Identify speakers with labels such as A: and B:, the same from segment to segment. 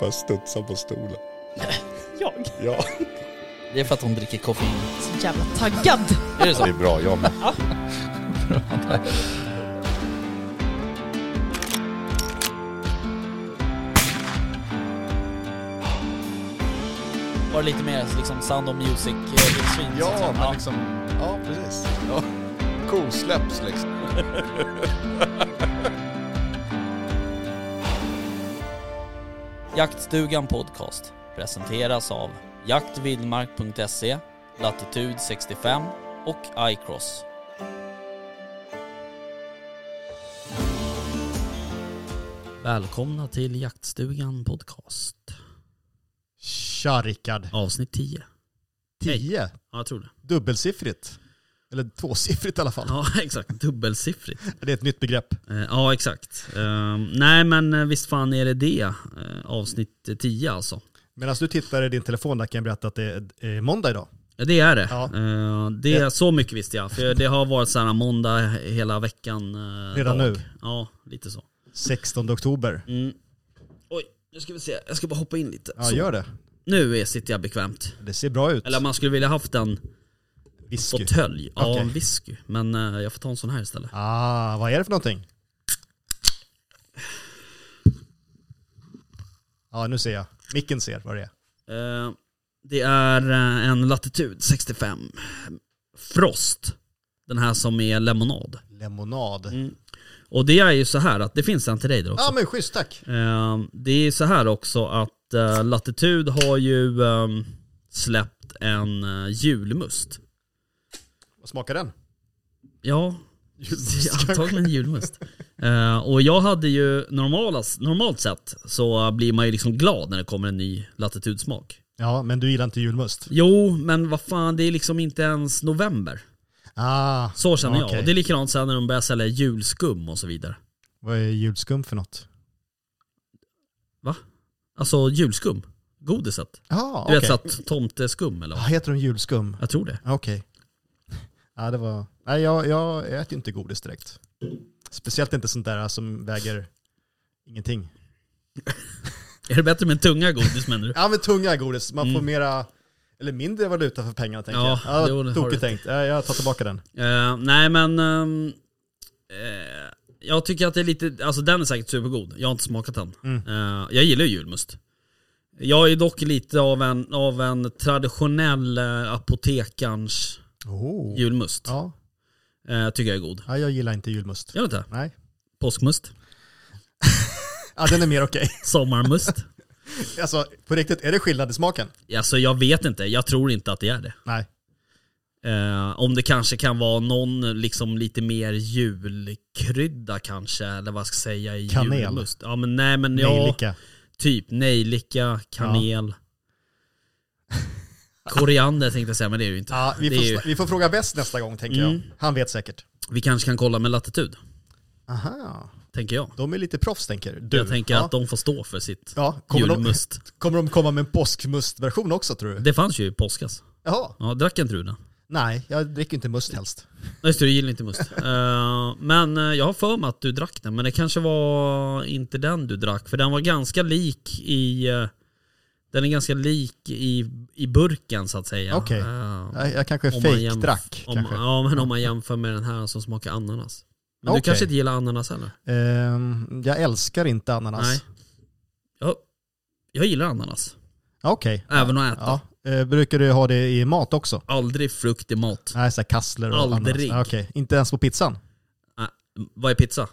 A: Bara studsa på stolen.
B: Jag?
A: Ja.
C: Det är för att hon dricker koffein.
B: Så jävla taggad.
C: Är det
A: Det
C: så?
A: är bra, jag med.
C: Var det lite mer liksom Sound of Music eh, insyn? så att säga?
A: Ja, men liksom... Ja, precis. Ja. Kosläpps liksom.
C: Jaktstugan Podcast presenteras av jaktvildmark.se, Latitude 65 och iCross. Välkomna till Jaktstugan Podcast.
D: Tja Rickard.
C: Avsnitt 10.
D: 10.
C: Ja, jag tror det.
D: Dubbelsiffrigt. Eller tvåsiffrigt i alla fall.
C: Ja, exakt. Dubbelsiffrigt.
D: Det är ett nytt begrepp.
C: Eh, Ja, exakt. Eh, Nej, men eh, visst fan är det det. Eh, Avsnitt 10 alltså.
D: Medan du tittar i din telefon där kan jag berätta att det är- är måndag idag.
C: Ja, Det är det.
D: Ja.
C: Eh, Det är så mycket visste jag. För det har varit så här måndag hela veckan. eh,
D: Redan
C: dag.
D: nu.
C: Ja, lite så.
D: 16 oktober.
C: Mm. Oj, nu ska vi se. Jag ska bara hoppa in lite.
D: Ja,
C: Så.
D: gör det.
C: Nu är, sitter jag bekvämt.
D: Det ser bra ut.
C: Eller man skulle vilja haft en
D: Whisky.
C: fåtölj. Ja,
D: Okej.
C: en whisky. Men eh, jag får ta en sån här istället.
D: Ah, vad är det för någonting? Ja, nu ser jag. Micken ser vad det är.
C: Eh, Det är eh, en Latitude 65 Frost. Den här som är lemonad.
D: Lemonad.
C: Mm. Och det är ju så här att det finns en till dig där också.
D: Ja, men schysst tack.
C: Eh, Det är så här också att eh, Latitude har ju eh, släppt en eh, julmust.
D: Vad smakar den?
C: Ja,
D: Julmust,
C: det är antagligen en julmust. Eh, och jag hade ju normala, normalt sett så blir man ju liksom glad när det kommer en ny Latitude-smak.
D: Ja, men du gillar inte julmust?
C: Jo, men vad fan, det är liksom inte ens november.
D: Ah,
C: Så känner jag.
D: okej.
C: Och det är likadant sen när de börjar sälja julskum och så vidare.
D: Vad är julskum för något?
C: Va? Alltså julskum. Godiset.
D: Ah,
C: Du
D: okej.
C: vet så att tomteskum eller
D: Ja,
C: vad?
D: heter de julskum?
C: Jag tror det.
D: Ja, Okej. Ja, det var... Nej, jag, jag äter ju inte godis direkt. Speciellt inte sånt där som väger ingenting.
C: Är det bättre med en tunga godis menar du?
D: Ja, men tunga godis. Man får mera, eller mindre valuta för pengarna tänker
C: Mm. Ja,
D: jag.
C: jo, det
D: Ja,
C: har du.
D: tokigt tänkt. Ja, jag tar tillbaka den.
C: Eh, nej men... ehm, eh, jag tycker att det är lite... Alltså den är säkert supergod. Jag har inte smakat den.
D: Mm.
C: Eh, jag gillar ju julmust. Jag är dock lite av en, av en traditionell eh, apotekarns
D: Oh.
C: julmust.
D: Ja.
C: Eh, tycker jag är god.
D: ja, jag gillar inte julmust.
C: Gör du inte?
D: Nej.
C: Påskmust.
D: Ja, den är mer okej.
C: Sommarmust.
D: Alltså, på riktigt, är det skillnad i smaken?
C: alltså jag vet inte. Jag tror inte att det är det.
D: Nej.
C: Eh, om det kanske kan vara någon liksom lite mer julkrydda kanske, eller vad ska jag säga i
D: Kanel.
C: julmust. Ja men nej men ja.
D: Nejlika.
C: Typ nejlika, kanel. Koriander tänkte jag säga, men det är ju inte.
D: Ja, vi,
C: det
D: får,
C: är ju, Mm.
D: vi får fråga West nästa gång, tänker jag. Han vet säkert.
C: vi kanske kan kolla med latitud,
D: Aha.
C: tänker jag.
D: De är lite proffs, tänker du.
C: jag tänker
D: ja.
C: att de får stå för sitt
D: Ja, kommer de,
C: julmust.
D: kommer de komma med en påskmustversion också, tror du?
C: Det fanns ju i påskas.
D: Jaha.
C: Ja, drack inte du den?
D: Nej, jag dricker inte must helst.
C: Nej, Just det, du gillar inte must. Eh, men eh, jag har för mig att du drack den, men det kanske var inte den du drack. För den var ganska lik i... eh, den är ganska lik i, i burken så att säga.
D: Okej.
C: Eh,
D: Jag, jag kanske
C: Om man
D: fejkdrack.
C: jämf- om-
D: kanske.
C: Ja, men om man jämför med den här som smakar ananas. Men du
D: Okej.
C: kanske inte gillar ananas heller?
D: Ehm, jag älskar inte ananas.
C: Nej. Jag, jag gillar ananas.
D: Ja, Okej.
C: Även att äta.
D: Ja. Eh, brukar du ha det i mat också?
C: Aldrig frukt i mat.
D: Nej, så här kassler och
C: Aldrig.
D: ananas. Ja, Okej, inte ens på pizzan?
C: Äh, vad är pizza?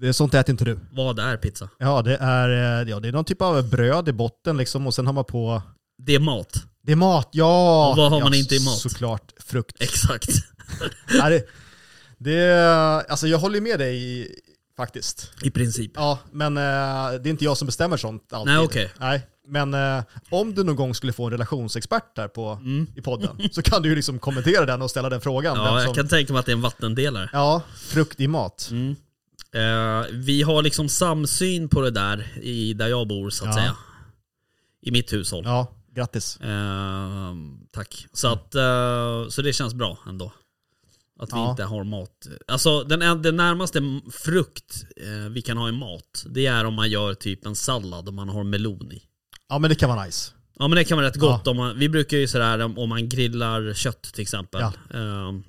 D: Det är sånt äter inte du.
C: Vad är pizza?
D: Ja, det är, eh, ja, det är någon typ av bröd i botten liksom och sen har man på...
C: Det är mat.
D: Det är mat, ja!
C: Och vad har
D: ja,
C: man inte i mat?
D: Såklart frukt.
C: Exakt.
D: ja, det, det, alltså jag håller med dig faktiskt.
C: I princip.
D: Ja, men eh, det är inte jag som bestämmer sånt alltid.
C: Nej, okej.
D: Nej, men eh, om du någon gång skulle få en relationsexpert där på, i podden så kan du ju liksom kommentera den och ställa den frågan. vem
C: Mm. Ja,
D: som,
C: jag kan Mm. tänka mig att det är en vattendelare.
D: ja frukt i mat.
C: Eh, vi har liksom samsyn på det där i där jag bor så att
D: Ja.
C: säga. I mitt hushåll.
D: Ja, grattis.
C: Ehm,
D: Mm.
C: Eh, tack. Så, att, eh, så det känns bra ändå. Att vi
D: Ja.
C: inte har mat. Alltså den, en- den närmaste m- frukt eh, vi kan ha i mat, det är om man gör typ en sallad och man har melon i.
D: Ja men det kan vara nice.
C: Ja men det kan vara rätt gott.
D: Ja.
C: Om man, vi brukar ju sådär om om man grillar kött till exempel.
D: Ja.
C: ehm,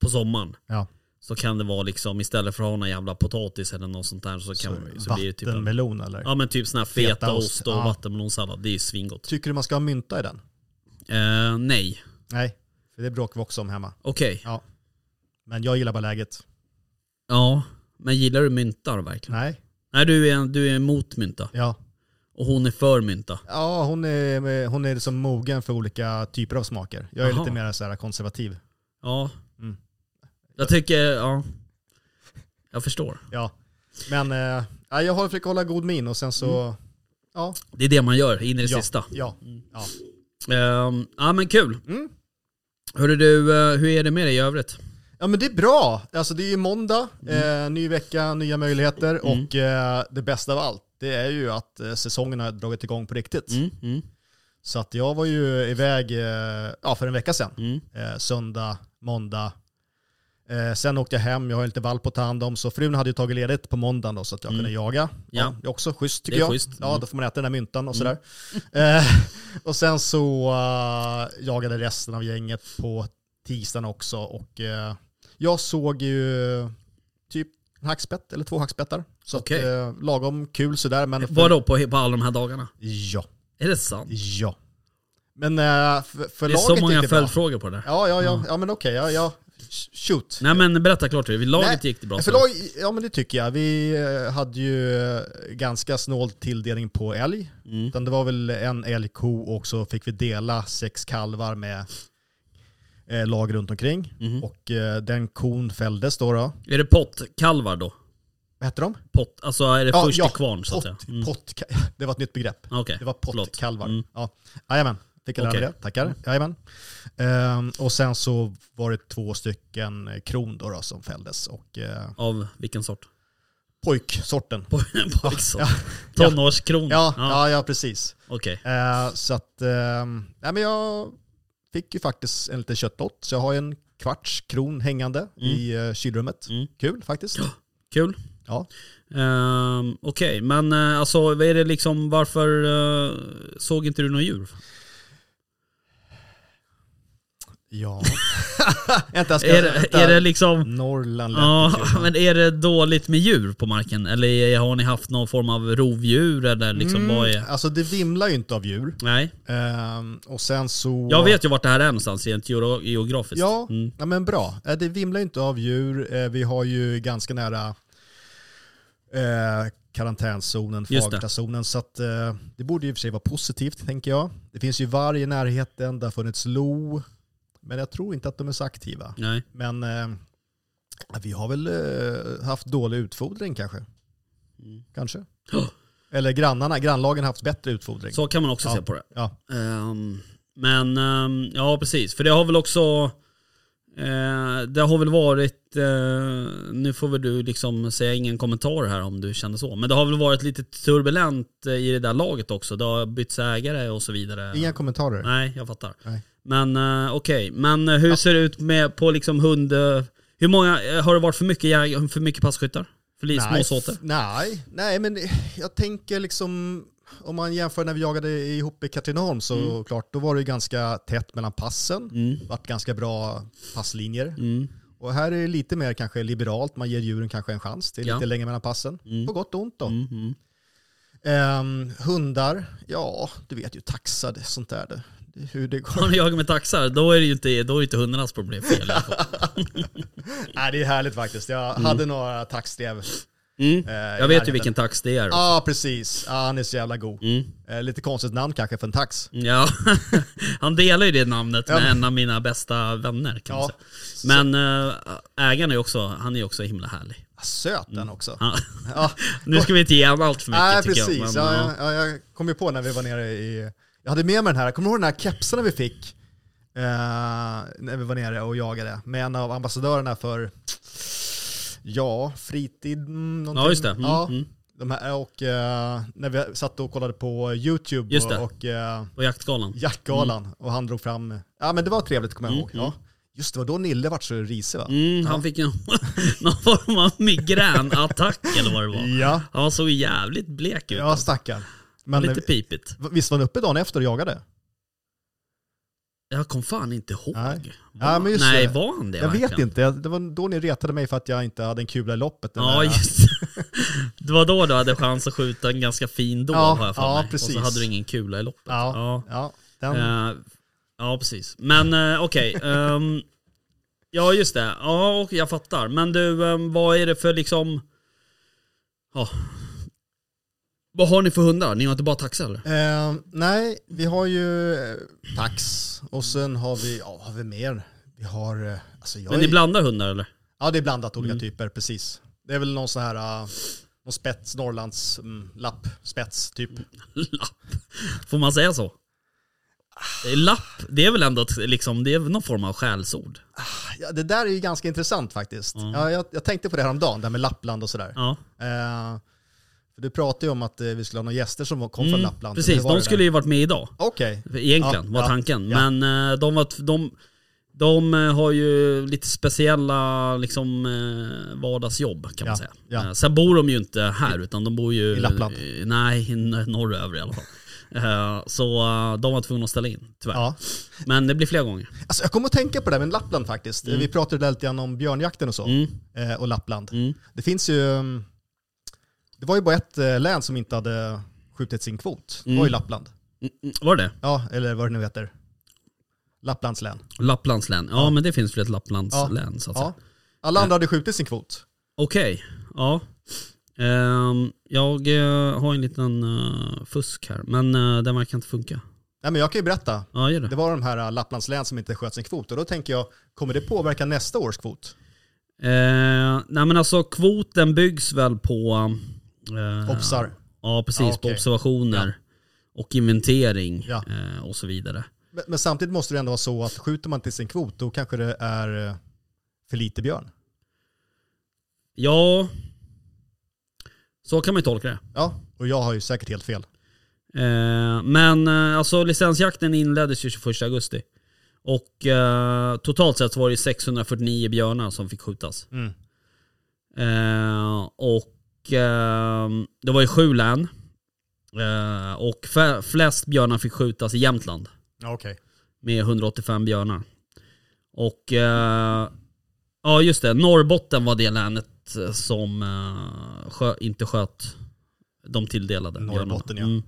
C: på sommaren.
D: Ja.
C: Så kan det vara liksom istället för att ha någon jävla potatis eller något sånt där så, kan, så, blir det typ en,
D: Vattenmelon eller?
C: Ja men typ sån här
D: Fetaost,
C: fetaost och
D: ja.
C: vattenmelonsallad. Det är ju svingott.
D: Tycker du man ska ha mynta i den?
C: Eh, nej.
D: Nej, för det bråkar vi också om hemma.
C: Okej.
D: Ja. Men jag gillar bara läget.
C: Ja. Men gillar du mynta då verkligen?
D: Nej,
C: Nej du är, du är emot mynta.
D: ja.
C: Och hon är för mynta.
D: Ja, hon är, hon är liksom mogen för olika typer av smaker. Jag är
C: Aha.
D: lite mer så här konservativ.
C: Ja.
D: Mm.
C: Jag tycker, ja. Jag förstår.
D: Ja. Men eh, ja, jag har- försöker hålla god min och sen så... Ja,
C: Det är det man gör in i Mm. det
D: ja,
C: sista.
D: ja.
C: Ehm, ja men kul.
D: Mm.
C: Hörru du, eh, hur är det med dig i övrigt?
D: Ja men det är bra. Alltså det är ju måndag,
C: Mm.
D: eh, ny vecka, nya möjligheter och eh, det bästa av allt det är ju att eh, säsongen har dragit igång på riktigt.
C: Mm, mm,
D: Så att jag var ju iväg eh, ja, för en vecka sedan.
C: mm.
D: Eh, söndag, måndag. Eh, sen åkte jag hem, jag har ju lite valp att ta hand om, så frun hade ju tagit ledigt på måndagen då, så att jag kunde jaga.
C: Mm. Ja.
D: det är också schysst tycker
C: Det är
D: jag.
C: schysst. Mm.
D: Ja, då får man äta den där myntan och sådär. Eh, och sen så eh, jagade resten av gänget på tisdagen också och eh, jag såg ju typ en hackspett eller två hackspettar. Så
C: Okej.
D: att, eh, lagom kul sådär. Men
C: Vadå på, på alla de här dagarna?
D: Ja,
C: Är det sant?
D: ja. Men eh, för, för
C: Det är
D: laget
C: så många
D: gick det bra.
C: följdfrågor på det där.
D: Ja, ja, ja, ja men okej, ja, ja. Shoot.
C: Nej men berätta klart hur det Laget
D: Nej,
C: gick det bra
D: för
C: för?
D: lag, ja men det tycker jag. Vi eh, hade ju eh, ganska snål tilldelning på älg.
C: Mm.
D: Utan det var väl en älgko och så fick vi dela sex kalvar med eh, lag runt omkring.
C: Mhm.
D: Och eh, den kon fälldes då. då.
C: Är det pottkalvar då?
D: Vad hette de?
C: Pott, alltså är det
D: Ja,
C: först
D: ja.
C: till kvarn så att säga?
D: Pott,
C: Mm.
D: pott, det var ett nytt begrepp.
C: Okej,
D: Det var
C: förlåt.
D: pottkalvar.
C: Mm.
D: Ja. Jajamän, fick jag lära mig
C: Okej. Mm.
D: det. Tackar. Jajamän. Ehm, och sen så var det två stycken eh, kron då, då som fälldes. Och eh,
C: Av vilken sort?
D: pojksorten.
C: På, på liksom.
D: ja.
C: Tonårskrona?
D: Ja, ja, ja precis.
C: Okej.
D: Eh, så att, eh, nej, men jag fick ju faktiskt en liten köttlott, så jag har ju en kvarts kron hängande i eh, kylrummet.
C: Mm.
D: Kul faktiskt.
C: Kul.
D: Ja.
C: Ehm, Okej, men eh, alltså vad är det liksom, varför eh, såg inte du några djur?
D: Ja. Vänta, jag ska
C: Är det,
D: vänta.
C: är det liksom,
D: Norrland lät
C: ja
D: det kul.
C: men är det dåligt med djur på marken? Eller är- har ni haft någon form av rovdjur eller liksom vad är?
D: Alltså det vimlar ju inte av djur.
C: Nej,
D: Eh, och sen så...
C: jag vet ju vart det här är någonstans rent geolo- geografiskt.
D: Ja,
C: Mm.
D: ja men bra. Eh, Det vimlar ju inte av djur. Eh, Vi har ju ganska nära eh, karantänzonen,
C: Just det.
D: Fagerstazonen, så att, eh, det borde ju i och för sig vara positivt tänker jag. Det finns ju varg i närheten, det har funnits lo, men jag tror inte att de är så aktiva.
C: Nej.
D: Men eh, vi har väl eh, haft dålig utfodring kanske.
C: Mm.
D: Kanske.
C: Ja.
D: Eller grannarna, grannlagen har haft bättre utfodring.
C: Så kan man också
D: Ja.
C: se på det.
D: Ja.
C: Ehm, men ehm, ja, precis. För det har väl också... eh, det har väl varit... eh, nu får väl du liksom säga ingen kommentar här om du känner så. Men det har väl varit lite turbulent eh, i det där laget också. Det har bytts ägare och så vidare.
D: Inga kommentarer.
C: Nej, jag fattar.
D: Nej.
C: Men eh, okej, men eh, hur ser det ut med på liksom hund... eh, hur många... eh, har det varit för mycket, jäg- för mycket passkyttar? För lite småsåter?
D: f- Nej, nej, men jag tänker liksom om man jämför när vi jagade ihop i Katrineholm så klart, då var det ju ganska tätt mellan passen.
C: Mm.
D: Vart ganska bra passlinjer.
C: Mm.
D: Och här är det lite mer kanske liberalt, man ger djuren kanske en chans. Det är
C: Ja.
D: lite längre mellan passen. På gott och ont då.
C: Mm, mm.
D: Ehm, hundar, ja, du vet ju taxar, det- sånt där. Det, det- hur det går.
C: Har ni jagat med taxar, då är det ju inte, då är det inte hundarnas problem. Fel.
D: nej, det är härligt faktiskt. Jag hade några taxdrev.
C: Mm.
D: eh, i
C: Jag vet ju
D: närheten.
C: vilken tax det är.
D: Ja, ah, precis. Ah, han är så jävla god.
C: Mm.
D: Eh, lite konstigt namn kanske för en tax.
C: Ja, han delar ju det namnet med
D: Ja.
C: en av mina bästa vänner kan man
D: Ja,
C: säga. Men eh, ägaren är också, han är också himla härlig.
D: Ah, söt den också.
C: Han,
D: Ja,
C: Mm. nu ska vi inte ge honom allt för mycket
D: nej,
C: tycker
D: precis.
C: jag. eh,
D: ja,
C: ja.
D: ja, ja, jag kom ju på när vi var nere i... Jag hade med mig den här, kommer du ihåg den här kepsen vi fick? Eh, när vi var nere och jagade med en av ambassadörerna för, ja, fritid mm, någonting.
C: ja, just det. Mm,
D: Ja,
C: mm.
D: de här, och eh, när vi satt och kollade på YouTube
C: Just det.
D: och, och eh,
C: På jaktgalan.
D: Jaktgalan och han drog fram, ja men det var trevligt kommer jag
C: Mm,
D: ihåg.
C: mm.
D: Ja. Just det, var då Nille vart så risig va?
C: Mm, han fick en, någon form av migränattack eller vad det var.
D: Ja,
C: Han såg jävligt blek ut.
D: Mm. ja stackarn. Men
C: Lite pipigt.
D: eh, visst var han uppe dagen efter och jagade?
C: Jag kom fan inte ihåg.
D: Nej.
C: Var,
D: Ja, men just
C: nej,
D: det.
C: var han det
D: Jag vet
C: verkligen?
D: inte, jag- det var då ni retade mig för att jag inte hade en kula i loppet. den
C: Ja,
D: där-
C: just det. Det var då du hade chans att skjuta en ganska fin då,
D: Ja,
C: har jag för
D: ja,
C: mig. Och
D: precis.
C: så hade du ingen kula i loppet.
D: ja, ja. Den,
C: Ja, Eh, ja precis. Men eh, okej. ehm, ja, just det. Ja, och jag fattar. Men du, ehm, vad är det för liksom... Ja. Vad har ni för hundar? Ni har inte bara taxa eller?
D: Eh, nej, vi har ju eh, tax och sen har vi, ja vad har vi mer? Vi har, eh, alltså jag
C: Men Mm. ni
D: är,
C: blandar hundar eller?
D: ja det är blandat olika typer, precis. Det är väl någon sån här, eh, någon spets, Norrlands mm, lapp, spets typ.
C: Lapp. Får man säga så? Det är Lapp, det är väl ändå ett, liksom, det är någon form av skällsord?
D: Ja, det där är ju ganska intressant faktiskt. Ja, jag, jag tänkte på det här om dagen, det här med Lappland och sådär.
C: Mm. Ja.
D: Eh, för du pratade ju om att eh, vi skulle ha några gäster som var- kom från
C: Mm,
D: Lappland.
C: precis,
D: Hur var
C: de
D: det
C: skulle
D: där?
C: ju varit med idag.
D: Okej,
C: Egentligen
D: Ja,
C: var
D: ja,
C: tanken.
D: ja.
C: Men eh, de, var, de, de eh, har ju lite speciella liksom, eh, vardagsjobb kan man
D: Ja,
C: säga.
D: ja.
C: Eh, Sen bor de ju inte här utan de bor ju...
D: I Lappland.
C: eh, Nej, i n- norröver i alla fall. Eh, Så eh, de var tvungna att ställa in, tyvärr.
D: ja.
C: Men det blir flera gånger.
D: Alltså, jag kommer att tänka på det här med Lappland faktiskt. Vi pratade lite grann om björnjakten och så.
C: Mm.
D: eh, och Lappland.
C: Mm.
D: Det finns ju... mm, Det var ju bara ett eh, län som inte hade skjutit sin kvot. Det var ju
C: Mm.
D: Lappland.
C: Mm, mm, Var det det
D: Ja, eller vad det nu heter. Lapplands län.
C: Lapplands län? Ja, men det finns väl ett Lapplands
D: Ja.
C: län så att säga.
D: Ja. Alla andra hade skjutit sin kvot.
C: Okej, ja. Ehm, jag eh, har en liten eh, fusk här, men eh, den verkar inte funka.
D: Nej, men jag kan ju berätta.
C: Ja, gör det.
D: Det var de här eh, Lapplands län som inte sköt sin kvot. Och då tänker jag, kommer det påverka nästa års kvot?
C: Eh, nej men alltså kvoten byggs väl på...
D: Ah.
C: Eh,
D: Obsar.
C: Ja precis,
D: Ja, okej.
C: på observationer. Och inventering
D: Ja.
C: eh, och så vidare.
D: Men, men samtidigt måste det ändå vara så att skjuter man till sin kvot, då kanske det är eh, för lite björn.
C: Ja, så kan man ju tolka det.
D: Ja, och jag har ju säkert helt fel.
C: Eh, men eh, alltså licensjakten inleddes ju 21 augusti. Och eh, totalt sett så var det 649 björnar som fick skjutas.
D: Mm.
C: Eh, och eh, det var ju sju län. Eh, och fe- flest björnar fick skjutas i Jämtland.
D: Ja, okej.
C: med 185 björnar. Och eh, ja just det, Norrbotten var det länet eh, som eh, skö, inte sköt de tilldelade
D: Norrbotten,
C: björnarna.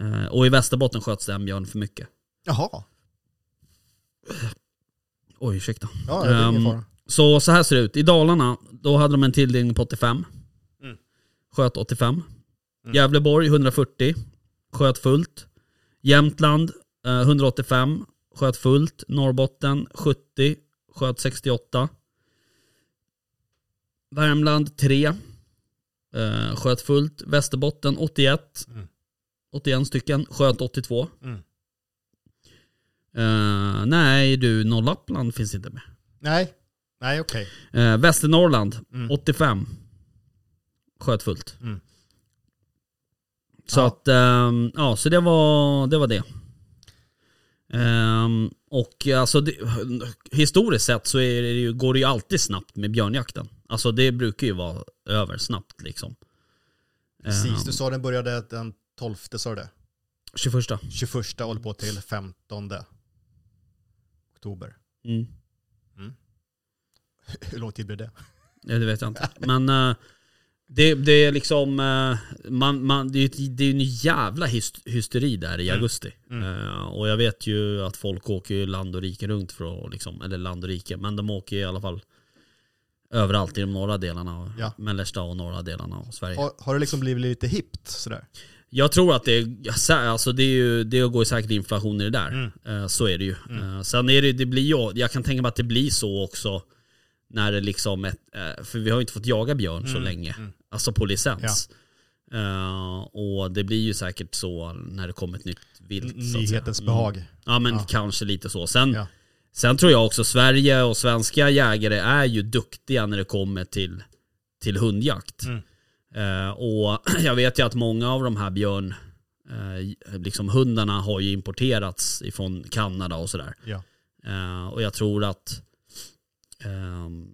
C: Mm. Eh, och i Västerbotten sköts det en björn för mycket.
D: Jaha.
C: Oj, ursäkta.
D: Ja, det är ingen
C: Ehm,
D: fara.
C: Så, så här ser det ut. I Dalarna, då hade de en tilldelning på 85.
D: Mm.
C: Sköt 85. Gävleborg 140. Sköt fullt. Jämtland eh, 185. Sköt fullt. Norrbotten 70. Sköt 68. Värmland 3. Eh, sköt fullt. Västerbotten 81.
D: Mm.
C: 81 stycken. Sköt 82.
D: Mm.
C: Eh, nej du, Norrlappland finns inte med.
D: Nej, nej okej.
C: Eh, Västernorrland,
D: Mm.
C: 85. Sköt fullt.
D: Mm.
C: Så
D: Ja.
C: att, ehm, ja så det var det. Var det. Ehm, och alltså, det, historiskt sett så är det ju, går det ju alltid snabbt med björnjakten. Alltså det brukar ju vara över snabbt liksom.
D: Precis,
C: Ehm,
D: du sa den började den 12, sa du det?
C: 21.
D: 21 håller på till 15 oktober.
C: Mm.
D: Hur lång tid blir det?
C: Nej, det vet jag inte. Men eh, det, det är liksom, eh, man, man, det är ju det är ju en jävla hyst- hysteri där i augusti. Eh, och jag vet ju att folk åker ju land och rike runt för att, liksom, eller land och rike, men de åker i alla fall överallt i de norra delarna, av-
D: Ja.
C: mellersta och norra delarna av Sverige.
D: Har, har det liksom blivit lite hippt sådär?
C: Jag tror att det, är- sä- alltså det, är ju, det går ju säkert inflation i det där. Eh, Så är det ju. Eh, Sen är det, det blir ju, jag kan tänka mig att det blir så också när det liksom, ett, eh, för vi har ju inte fått jaga björn så länge, alltså på licens. Eh, och det blir ju säkert så när det kommer ett nytt vilt. så att säga.
D: Nyhetens
C: Mm.
D: behag.
C: Ja men
D: Ja.
C: kanske lite så. Sen,
D: Ja.
C: sen tror jag också Sverige och svenska jägare är ju duktiga när det kommer till, till hundjakt.
D: Mm.
C: Eh, och jag vet ju att många av de här björn, eh, liksom hundarna har ju importerats ifrån Kanada och sådär.
D: Ja.
C: Eh, och jag tror att ehm,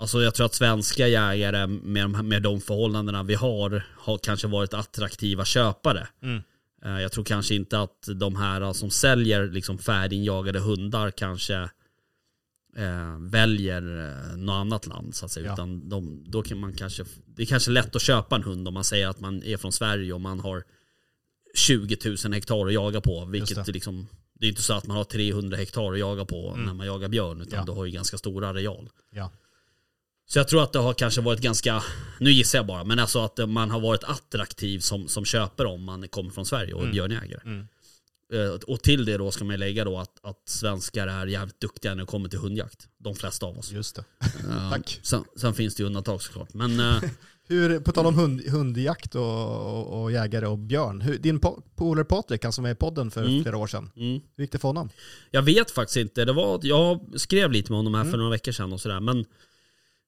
C: Alltså jag tror att svenska jägare med de, med de förhållandena vi har har kanske varit attraktiva köpare.
D: Mm.
C: Eh, Jag tror kanske inte att de här eh, som säljer liksom färdiginjagade hundar kanske eh, väljer eh, något annat land så att säga.
D: Ja.
C: Utan de, då kan man kanske, det är kanske lätt att köpa en hund om man säger att man är från Sverige och man har 20 000 hektar att jaga på. Vilket
D: Just det. Mm.
C: det. Liksom, det är inte så att man har 300 hektar att jaga på när man jagar björn utan
D: Ja.
C: du har ju ganska stor areal.
D: Ja.
C: Så jag tror att det har kanske varit ganska, nu gissar jag bara, men alltså att man har varit attraktiv som, som köpare om man kommer från Sverige och är björnjägare.
D: Mm.
C: Eh, Och till det då ska man ju lägga då att, att svenskar är jävligt duktiga när det kommer till hundjakt. De flesta av oss.
D: Just det.
C: Eh,
D: tack.
C: Sen, sen finns det ju undantag såklart. Men eh,
D: Hur, på tal om hund, hundjakt och, och, och jägare och björn. Hur, din po- polare Patrik, han som var i podden för
C: Mm.
D: flera år sedan.
C: mm.
D: Hur gick det för honom?
C: Jag vet faktiskt inte. Det var, jag skrev lite med honom
D: Mm.
C: här för några veckor sedan och sådär. Men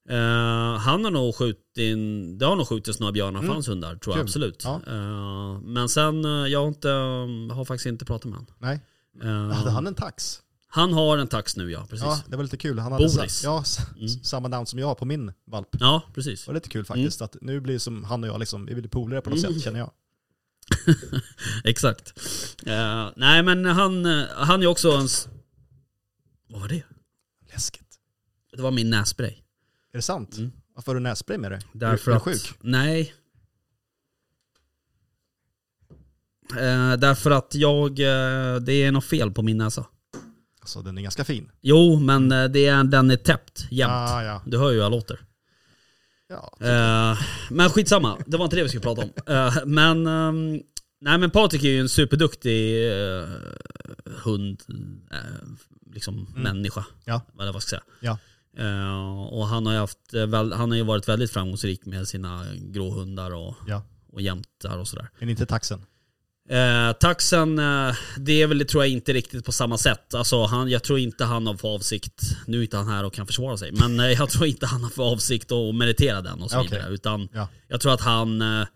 C: eh, han har nog skjutit, in, det har nog skjutits några björnar för hans hundar tror jag
D: Mm. Kul.
C: absolut.
D: Ja.
C: Eh, men sen, eh, jag har, inte, har faktiskt inte pratat med honom.
D: Nej,
C: Eh,
D: hade han en tax?
C: han har en tax nu ja, precis.
D: Ja,
C: Ja,
D: det var lite kul. Han hade
C: Boris. Mm.
D: Sa, ja, s- samma namn som jag har på min valp. Det
C: precis.
D: var lite kul faktiskt. Att nu blir det som han och jag, liksom, vi blir polare på något
C: Mm.
D: sätt känner jag.
C: Exakt. Eh, nej men han, eh, han är också en... s- Vad var det?
D: Läskigt.
C: Det var min nässpray.
D: Är det sant? Varför har du nässpray med dig?
C: Mm. Därför
D: är du
C: att...
D: sjuk?
C: Nej. Eh, därför att jag, eh, det är något fel på min näsa.
D: Alltså den är ganska fin.
C: Jo, men eh, det är, den är täppt jämt.
D: Ah, ja.
C: Du hör ju hur jag låter.
D: Ja.
C: Eh, men skitsamma, det var inte det vi skulle prata om. Eh, men, ehm, nej men Patrik är ju en superduktig eh, hund, eh, liksom människa.
D: Ja.
C: Eller vad ska jag säga.
D: Ja.
C: Eh, och han har, ju haft, eh, väl, han har ju varit väldigt framgångsrik med sina gråhundar och,
D: ja.
C: och jämtar och sådär.
D: Men inte taxen.
C: Eh, taxen, eh, det är väl tror jag inte riktigt på samma sätt. Alltså, han, jag tror inte han har för avsikt, nu är inte han här och kan försvara sig, men eh, jag tror inte han har för avsikt att meritera den och så
D: Okej.
C: vidare. Utan
D: Ja.
C: jag tror att han eh,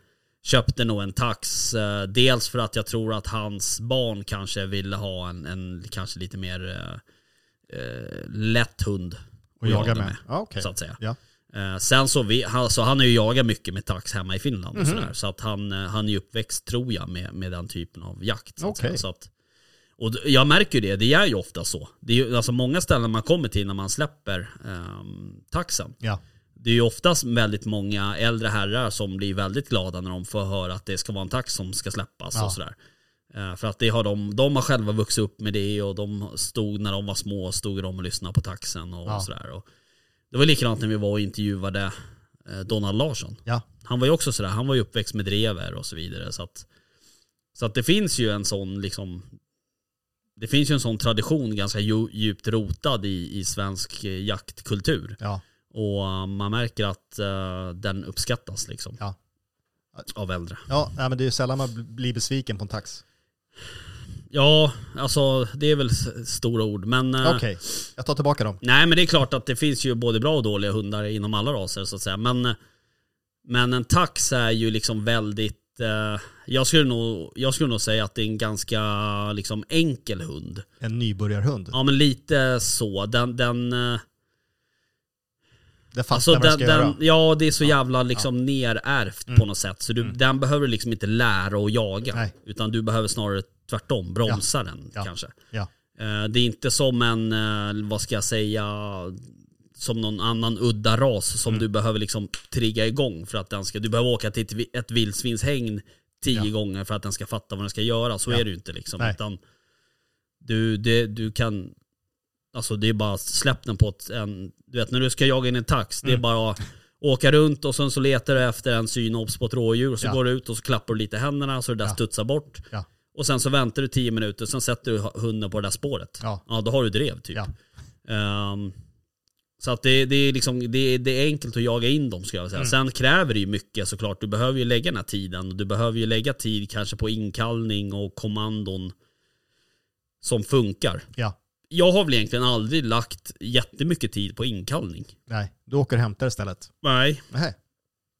C: köpte nog en tax, eh, dels för att jag tror att hans barn kanske ville ha en, en kanske lite mer eh, eh, lätt hund
D: Och
C: att
D: jaga med. Ja, okej.
C: så att säga.
D: Ja.
C: Eh, sen så, vi, han, så han har ju jagat mycket med tax hemma i Finland och sådär. Så att han, eh, han är ju uppväxt, tror jag, med, med den typen av jakt. Så att
D: Okej.
C: säga. så att, och d- jag märker ju det, det är ju ofta så. Det är ju, alltså många ställen man kommer till när man släpper ehm, taxen.
D: Ja.
C: Det är ju oftast väldigt många äldre herrar som blir väldigt glada när de får höra att det ska vara en tax som ska släppas
D: Ja.
C: och sådär. Eh, För att det har de, de har själva vuxit upp med det och de stod när de var små stod de och lyssnade på taxen och
D: Ja.
C: sådär. Och det var likadant när vi var och intervjuade eh, Donald Larsson.
D: Ja.
C: Han var ju också sådär, han var ju uppväxt med drever och så vidare. Så att, så att det finns ju en sån liksom det finns ju en sån tradition ganska dju- djupt rotad i, i svensk eh, jaktkultur.
D: ja.
C: Och eh, man märker att eh, den uppskattas liksom.
D: Ja.
C: Av äldre.
D: Ja, nej, men det är ju sällan man bl- blir besviken på en tax.
C: Ja, alltså det är väl s- stora ord. Men eh,
D: Okej, jag tar tillbaka dem.
C: nej, men det är klart att det finns ju både bra och dåliga hundar inom alla raser så att säga. Men, eh, men en tax är ju liksom väldigt, eh, jag, skulle nog, jag skulle nog säga att det är en ganska liksom enkel hund.
D: En nybörjarhund.
C: Ja men lite så. Den, den eh,
D: Det fattar
C: Alltså
D: vad den
C: den,
D: ska göra. Mm.
C: den, ja, det är så jävla liksom nerärvt på något sätt. Så du, den behöver du liksom inte lära att jaga.
D: Nej.
C: Utan du behöver snarare tvärtom, bromsa den
D: Ja.
C: kanske.
D: Ja.
C: Eh, det är inte som en, eh, vad ska jag säga, som någon annan udda ras
D: Mm.
C: som du behöver liksom trigga igång för att den ska, du behöver åka till ett, vi- ett vildsvinshägn tio gånger för att den ska fatta vad den ska göra. Så är det ju inte liksom.
D: Nej.
C: Utan du, det, du kan Alltså det är bara släpp den på ett, en, du vet när du ska jaga in en tax,
D: Mm.
C: det är bara att åka runt och sen så letar du efter en synobs på ett rådjur, så
D: Ja.
C: går du ut och så klappar du lite händerna så det där
D: Ja.
C: studsar bort.
D: Ja.
C: Och sen så väntar du 10 minuter, sen sätter du hunden på det där spåret.
D: Ja.
C: då har du drev typ.
D: Ja.
C: Ehm, så att det, det, är liksom, det, det är enkelt att jaga in dem skulle jag
D: Mm.
C: vilja säga. Sen kräver det ju mycket såklart. Du behöver ju lägga den här tiden. Du behöver ju lägga tid kanske på inkallning och kommandon som funkar
D: Ja,
C: jag har väl egentligen aldrig lagt jättemycket tid på inkallning.
D: nej. Du åker och hämtar istället.
C: Nej.
D: Nej.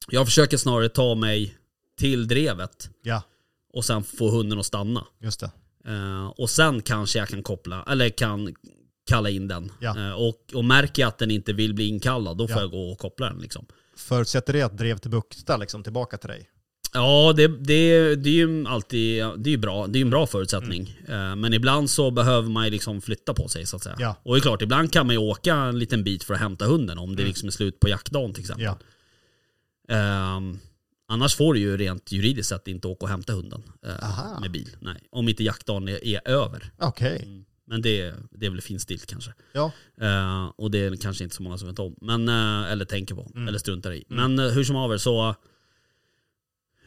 C: Jag försöker snarare ta mig till drevet
D: Ja,
C: och sen få hunden att stanna.
D: just det.
C: Eh, och sen kanske jag kan koppla, eller kan kalla in den.
D: Ja.
C: Eh, Och, och märker jag att den inte vill bli inkallad, då får
D: Ja.
C: jag gå och koppla den liksom.
D: Förutsätter det att drev till Bukta liksom tillbaka till dig?
C: Ja, det, det, det är ju alltid det är ju bra. Det är ju en bra förutsättning. Eh, Men ibland så behöver man ju liksom flytta på sig så att säga.
D: Mm. Ja.
C: Och det är klart, ibland kan man ju åka en liten bit för att hämta hunden om det liksom är slut på jaktdagen till exempel.
D: Mm. Ja.
C: Ehm, annars får du ju rent juridiskt sett inte åka och hämta hunden eh,
D: Aha.
C: med bil. Nej. Om inte jaktdagen är, är över.
D: Okej.
C: Men det, det är väl finstilt kanske.
D: Ja.
C: Eh, och det är kanske inte så många som vet om. Men, eh, eller tänker på,
D: Mm.
C: eller struntar i. Men eh, hur som haver så,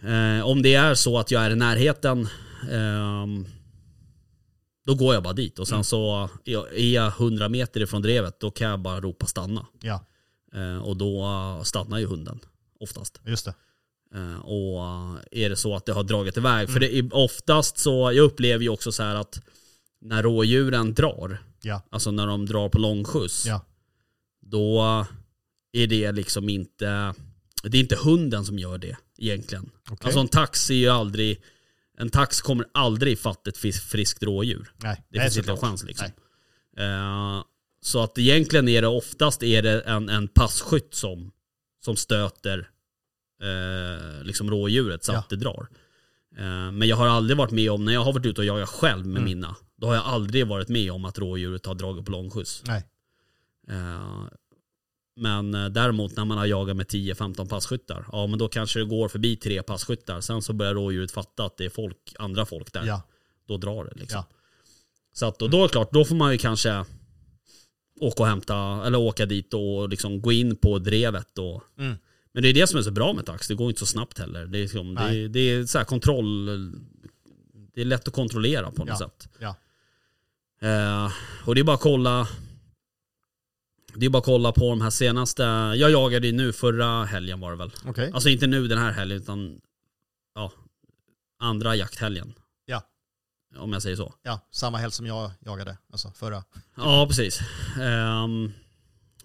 C: eh, om det är så att jag är i närheten, ehm, då går jag bara dit. Och sen
D: Mm.
C: så är jag- är jag 100 meter ifrån drevet, då kan jag bara ropa stanna.
D: Ja,
C: Eh, och då eh, stannar ju hunden oftast.
D: just det.
C: Eh, Och är det så att det har dragit iväg. För
D: Mm.
C: det är oftast så, jag upplever ju också så här att när rådjuren drar,
D: Ja.
C: alltså när de drar på långskjuts,
D: Ja.
C: då är det liksom inte, det är inte hunden som gör det egentligen.
D: Okej.
C: Alltså en tax är ju aldrig, en tax kommer aldrig fatta ett fis- friskt rådjur.
D: Nej.
C: Det
D: Nej,
C: finns inte en
D: såklart.
C: chans liksom. Eh, så att egentligen är det oftast är det en, en passkytt som, som stöter eh, liksom rådjuret så
D: Ja.
C: att det drar. Eh, men jag har aldrig varit med om, när jag har varit ute och jagat själv
D: Mm.
C: med mina, då har jag aldrig varit med om att rådjuret har dragit på långskjuts.
D: Nej.
C: Eh, men eh, däremot när man har jagat med 10-15 passkyttar, ja men då kanske det går förbi tre passkyttar. Sen så börjar rådjuret fatta att det är folk, andra folk där.
D: Nej. Ja.
C: Då drar det liksom.
D: Ja.
C: Så att, och då är det klart, då får man ju kanske åka och hämta, eller åka dit och liksom gå in på drevet. Och,
D: Mm.
C: Men det är det som är så bra med tax, det går inte så snabbt heller. Det är, liksom, det
D: Nej.
C: är, det är så här kontroll, det är lätt att kontrollera på något
D: Ja.
C: sätt.
D: Ja.
C: Eh, och det är bara att kolla det är bara att kolla på de här senaste, jag jagade ju nu förra helgen var det väl.
D: Okej.
C: Alltså inte nu den här helgen utan ja, andra jakthelgen.
D: Ja.
C: Om jag säger så.
D: Ja, samma helg som jag jagade. Alltså förra.
C: Ja, precis. Ehm,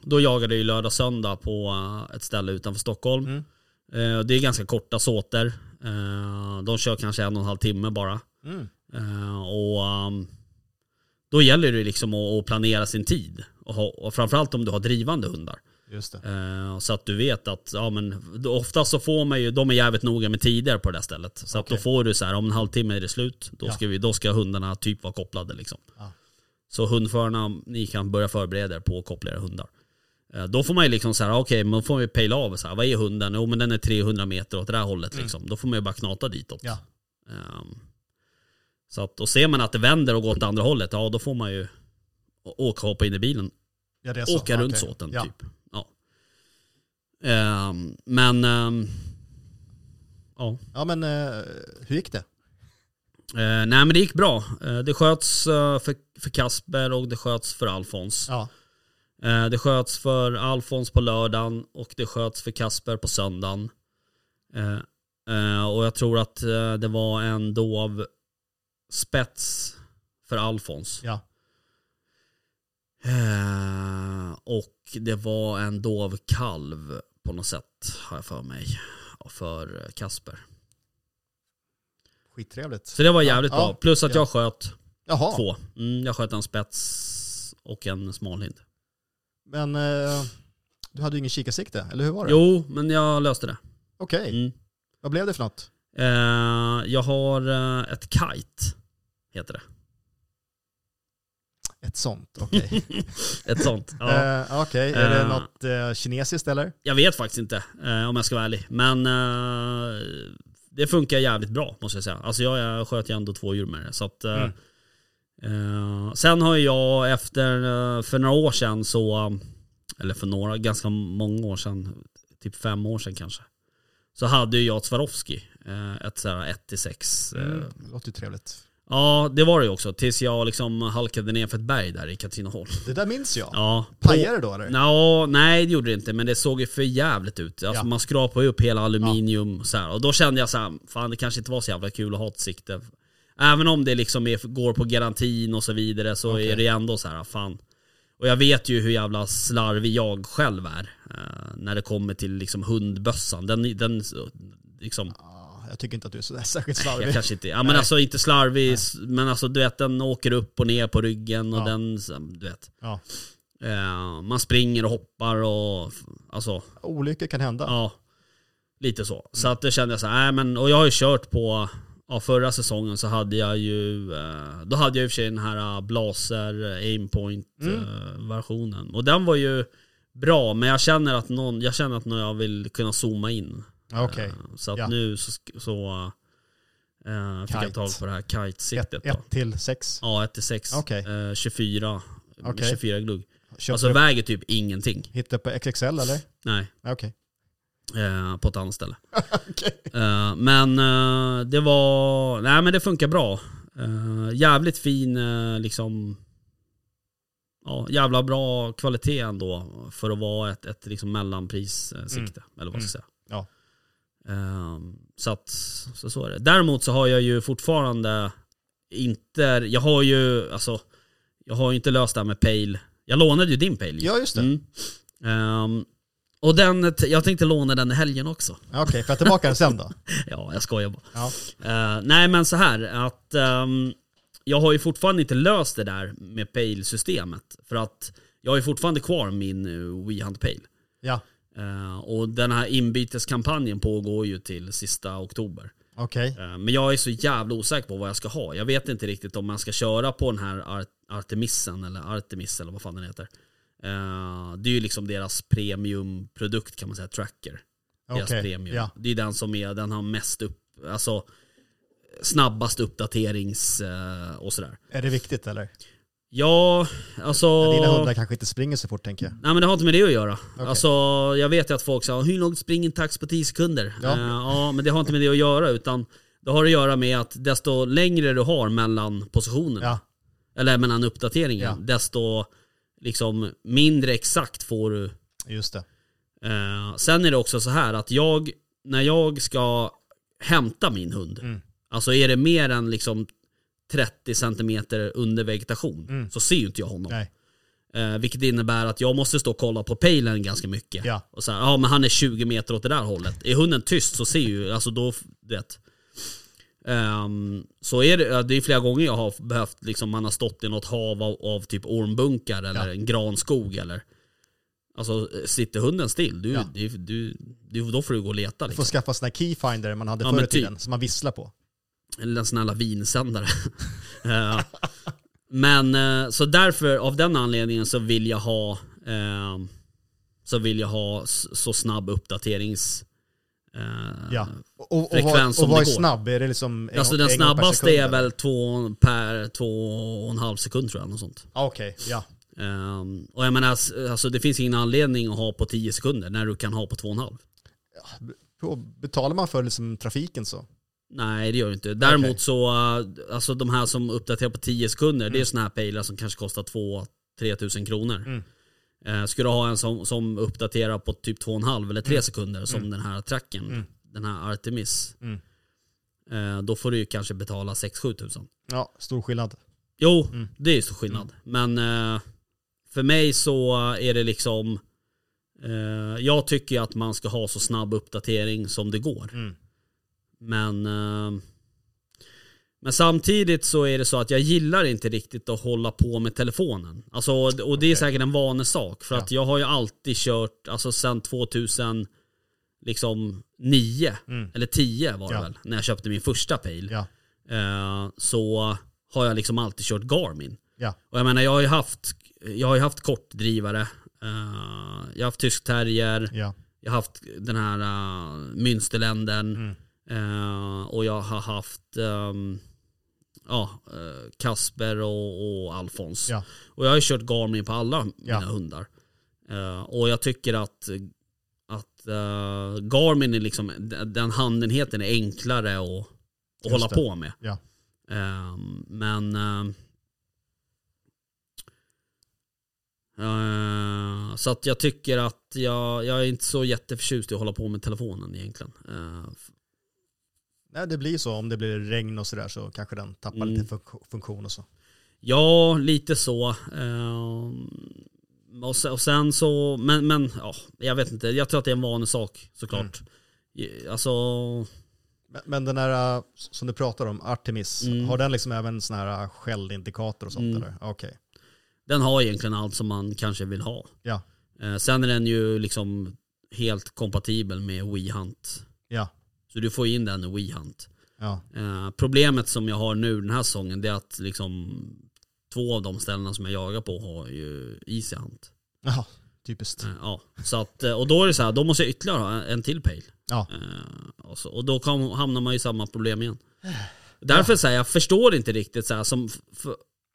C: då jagade jag ju lördag söndag på eh, ett ställe utanför Stockholm.
D: Mm.
C: Eh, det är ganska korta såter. Eh, de kör kanske en och en halv timme bara.
D: Mm.
C: Eh, och ehm, Då gäller det liksom att, att planera sin tid. Och, ha, och framförallt om du har drivande hundar.
D: Just det.
C: Eh, så att du vet att, ja men oftast så får man ju, de är jävligt noga med tider på det där stället. Så att då
D: Okej.
C: får du så här, om en halvtimme är det slut, då,
D: Ja.
C: ska, vi, då ska hundarna typ vara kopplade liksom.
D: Ja.
C: Så hundförarna, ni kan börja förbereda er på att koppla era hundar. Eh, Då får man ju liksom så här, okej, men då får vi pejla av så här, vad är hunden? Jo men den är 300 meter åt det där hållet liksom. Då får man ju bara knata ditåt.
D: Mm. Ja.
C: Ehm, så att, och ser man att det vänder och går åt andra hållet, ja då får man ju å- åka och hoppa in i bilen
D: Ja, det är
C: åka
D: Ja,
C: runt
D: Alltså, okej.
C: såten
D: ja.
C: typ. Ja. Ehm, men, ehm, ja.
D: Ja, men eh, hur gick det?
C: Eh, nej men det gick bra. Eh, det sköts eh, för, för Kasper och det sköts för Alfons.
D: Ja.
C: Eh, det sköts för Alfons på lördagen och det sköts för Kasper på söndagen. Eh, eh, och jag tror att eh, det var en dov spets för Alfons.
D: Ja.
C: Eh, och det var en dov kalv på något sätt har jag för mig. Ja, För eh, Kasper.
D: Skittrevligt.
C: Så det var jävligt
D: Ja,
C: bra.
D: ja,
C: Plus att
D: ja.
C: jag sköt
D: Jaha.
C: Typ två. Mm, jag sköt en spets och en smalhind.
D: Men eh, du hade ju ingen kikarsikte, eller hur var det?
C: Jo, men jag löste det.
D: Okej.
C: Mm.
D: Vad blev det för något?
C: Eh, jag har eh, ett kite, heter det.
D: Ett sånt, okej.
C: Ett sånt. Ja.
D: eh, okej, är det
C: Eh.
D: något eh, kinesiskt eller?
C: Jag vet faktiskt inte eh, om jag ska vara ärlig. Men eh, det funkar jävligt bra måste jag säga. Alltså jag, jag sköt ju ändå två djur med det. Så att, eh,
D: Mm.
C: eh, sen har ju jag efter, eh, för några år sedan så, eh, eller för några, ganska många år sedan, typ fem år sedan kanske. Så hade ju jag ett Swarovski, eh, ett sådär 1-6. Eh,
D: Mm. Det låter ju trevligt.
C: ja det var det ju också, tills jag liksom halkade ner för ett berg där i Katrineholm.
D: Det där minns jag.
C: Ja.
D: Pajade det då eller?
C: Nå, nej det gjorde det inte, men det såg ju för jävligt ut. Alltså,
D: Ja.
C: Man skrapade ju upp hela aluminium så här, och då kände jag så här, fan det kanske inte var så jävla kul att ha ett sikte. Även om det liksom är, går på garantin och så vidare så
D: Okej.
C: är det ändå så här, fan. Och jag vet ju hur jävla slarvig jag själv är eh, när det kommer till liksom hundbössan. Den, den liksom,
D: Ja, Jag tycker inte att du är så där särskilt
C: Jag
D: slarvig.
C: kanske inte, ja men
D: Nej.
C: alltså inte slarvig, s- men alltså du vet den åker upp och ner på ryggen och
D: Ja.
C: den, du vet.
D: Ja.
C: Eh, man springer och hoppar och, alltså,
D: Olyckor kan hända.
C: ja. Lite så. Så att det kände jag så här, nej men, och jag har ju kört på, ja förra säsongen så hade jag ju, eh, då hade jag i och för sig den här eh, Blaser eh, aimpoint
D: Mm.
C: eh, versionen. Och den var ju bra, men jag känner att någon, jag känner att någon jag vill kunna zooma in.
D: Ja. Okej.
C: Så att
D: Ja.
C: nu så, sk- så eh, fick
D: Kite.
C: jag tag på det här
D: Ett,
C: kite-siktet då.
D: ett till sex.
C: Ja, 1 till 6.
D: Okej.
C: 24,
D: Okej.
C: 24 glugg.
D: Köpte
C: alltså
D: du
C: väger typ ingenting.
D: hittade på XXL eller?
C: Nej,
D: Ja, Okej.
C: eh, på ett annat ställe. Eh, men eh, det var, nej men det funkar bra. Eh, jävligt fin eh, liksom, ja jävla bra kvalitet ändå för att vara ett, ett liksom mellanprissikte. Eller vad ska jag säga.
D: Mm. Ja.
C: Eh, så att, så, så är det. Däremot så har jag ju fortfarande inte, jag har ju, alltså, jag har ju inte löst det här med Pale. Jag lånade ju din Pale. ju.
D: Ja, just det.
C: Mm. Ehm, och den, jag tänkte låna den i helgen också.
D: Ja, Okej, får jag tillbaka den sen då?
C: Ja, jag skojar bara.
D: Ja.
C: Eh, nej men så här att ehm, jag har ju fortfarande inte löst det där med Pale-systemet. För att jag har ju fortfarande kvar min uh, WeHunt Pale.
D: Ja,
C: Eh, och den här inbyteskampanjen pågår ju till sista oktober.
D: okej.
C: Eh, men jag är så jävla osäker på vad jag ska ha. Jag vet inte riktigt om man ska köra på den här Ar- Artemissen eller Artemis eller vad fan den heter. Eh, det är ju liksom deras premiumprodukt kan man säga, Tracker
D: Okej.
C: deras premium.
D: Ja.
C: Det är den som är, den har mest upp, alltså snabbast uppdaterings eh, och sådär.
D: Är det viktigt eller?
C: Ja, alltså...
D: Dina hundar kanske inte springer så fort tänker jag.
C: Nej men det har inte med det att göra. Alltså jag vet ju att folk säger hur långt springer en tax på 10 sekunder?
D: Ja.
C: Ja. ja men det har inte med det att göra utan det har att göra med att desto längre du har mellan positionerna,
D: Ja,
C: eller mellan uppdateringen,
D: Ja.
C: desto liksom mindre exakt får du
D: just det.
C: Eh, sen är det också så här att jag, när jag ska hämta min hund, alltså är det mer än liksom 30 centimeter under vegetation så ser ju inte jag honom.
D: Nej.
C: Eh, vilket innebär att jag måste stå och kolla på pejlen ganska mycket.
D: Ja.
C: Och så här, ja men han är 20 meter åt det där hållet. Är hunden tyst så ser ju, alltså då, du vet. Ehm, så är det, ja, det är flera gånger jag har behövt, liksom man har stått i något hav av, av typ ormbunkar eller
D: Ja.
C: en granskog eller. Alltså sitter hunden still, du,
D: Ja.
C: du, du, du, då får du gå och leta
D: Du får
C: liksom.
D: skaffa såna keyfinder man hade
C: Ja,
D: förr i
C: men typ.
D: tiden, som man visslar på.
C: Eller en sån här lavinsändare. Eh, Men eh, så därför, av den anledningen så vill jag ha eh, Så vill jag ha s- så snabb uppdaterings eh,
D: Ja. Och, och, och,
C: Frekvens
D: vad- och
C: som
D: vad är
C: det går.
D: snabb? Är det liksom en,
C: Alltså
D: gång-
C: den
D: en gång per
C: snabbaste
D: sekund,
C: är
D: eller?
C: väl två per två och en halv sekund tror jag. Något sånt.
D: Ah, Okej, ja.
C: Eh, och jag menar, s- alltså, det finns ingen anledning att ha på 10 sekunder när du kan ha på två och en halv.
D: Och Betalar man för liksom trafiken så?
C: Nej det gör det inte. Däremot
D: Okej.
C: så, eh, alltså de här som uppdaterar på 10 sekunder, det är såna här pejlar som kanske kostar 2-3 tusen kronor.
D: Mm.
C: Eh, Ska du ha en som, som uppdaterar på typ 2,5 eller 3 sekunder som den här tracken, den här Artemis.
D: Mm.
C: eh, Då får du ju kanske betala 6-7 tusen.
D: Ja, stor skillnad.
C: Jo,
D: Mm.
C: det är ju stor skillnad. Men eh, för mig så är det liksom, eh, jag tycker ju att man ska ha så snabb uppdatering som det går.
D: Mm.
C: Men, eh, men samtidigt så är det så att jag gillar inte riktigt att hålla på med telefonen. Alltså, och det är säkert en vanesak. För att jag har ju alltid kört, alltså sedan 2000, liksom 9
D: Mm.
C: eller 10 var det
D: Ja.
C: väl, när jag köpte min första pil.
D: Ja,
C: Eh, så har jag liksom alltid kört Garmin.
D: ja,
C: Och jag menar jag har ju haft, jag har ju haft kortdrivare, eh, jag har haft tysk terrier,
D: ja.
C: jag har haft den här uh, Münsterländern
D: Mm.
C: eh, och jag har haft ehm, ja, eh, Kasper och, och Alfons.
D: Ja.
C: Och jag har ju kört Garmin på alla mina
D: Ja.
C: hundar. Eh, och jag tycker att, att eh, Garmin är liksom, d- den handenheten är enklare att, att
D: Just
C: hålla
D: det.
C: på med.
D: Ja.
C: Ehm, men ehm, Eh, Så att jag tycker att jag, jag är inte så jätteförtjust i att hålla på med telefonen egentligen. Eh, f-
D: Nej, det blir så. Om det blir regn och sådär så kanske den tappar
C: Mm.
D: lite funk- funktion och så.
C: Ja, lite så. Eh, Och sen, och sen så, men, men ja, jag vet inte. Jag tror att det är en vanlig sak såklart. Mm. Alltså,
D: Men, men den här äh, som du pratar om, Artemis,
C: Mm.
D: har den liksom även sån här äh, sköldindikator och sånt
C: Mm.
D: eller? Okej.
C: Den har egentligen allt som man kanske vill ha.
D: Ja.
C: Eh, sen är den ju liksom helt kompatibel med WeHunt.
D: Ja.
C: Så du får in den i WeHunt.
D: Ja.
C: Eh, problemet som jag har nu den här säsongen det är att liksom två av de ställena som jag jagar på har ju Easy Hunt.
D: Jaha, typiskt.
C: Eh, ja. så att, eh, och då är det så här, då måste jag ytterligare ha en, en till pale.
D: Ja.
C: Eh, och, så, och då kom, hamnar man i samma problem igen. Därför så här, jag förstår inte riktigt så här, som f- f-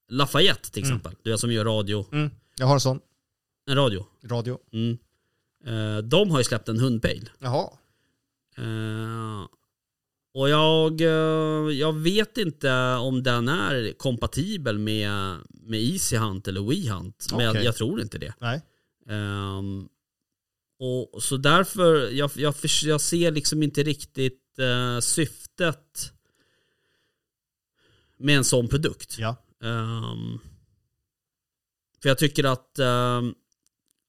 C: Lafayette till
D: Mm.
C: exempel, du vet som gör radio,
D: Mm. Jag har en sån.
C: en radio.
D: Radio.
C: Mm. Eh, de har ju släppt en hundpejl.
D: Jaha.
C: Eh, och jag, eh, jag vet inte om den är kompatibel med, med Easy Hunt eller We Hunt. Men jag,
D: Okej.
C: jag tror inte det.
D: Nej.
C: Ehm, och Så därför, jag, jag, förs- jag ser liksom inte riktigt eh, syftet med en sån produkt.
D: Ja.
C: Ehm, för jag tycker att ehm,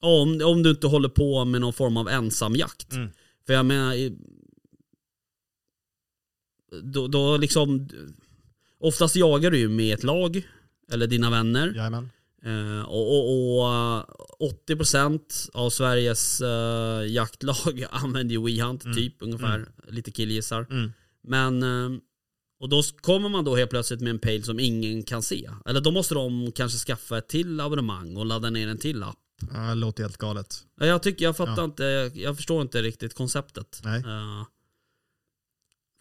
C: ja, om, om du inte håller på med någon form av ensamjakt.
D: Mm.
C: För jag menar, i- då, då liksom, oftast jagar du ju med ett lag eller dina vänner.
D: Jajamän.
C: Eh, och, och, och eh, 80% av Sveriges eh, jaktlag använder ju WeHunt
D: Mm.
C: typ ungefär. Lite killgissar.
D: Mm.
C: Men, eh, och då kommer man då helt plötsligt med en pejl som ingen kan se. Eller då måste de kanske skaffa ett till abonnemang och ladda ner en till app.
D: Ja, det låter helt galet.
C: Ja, Jag tycker, jag fattar
D: Ja.
C: inte, jag, jag förstår inte riktigt konceptet.
D: Nej.
C: Eh,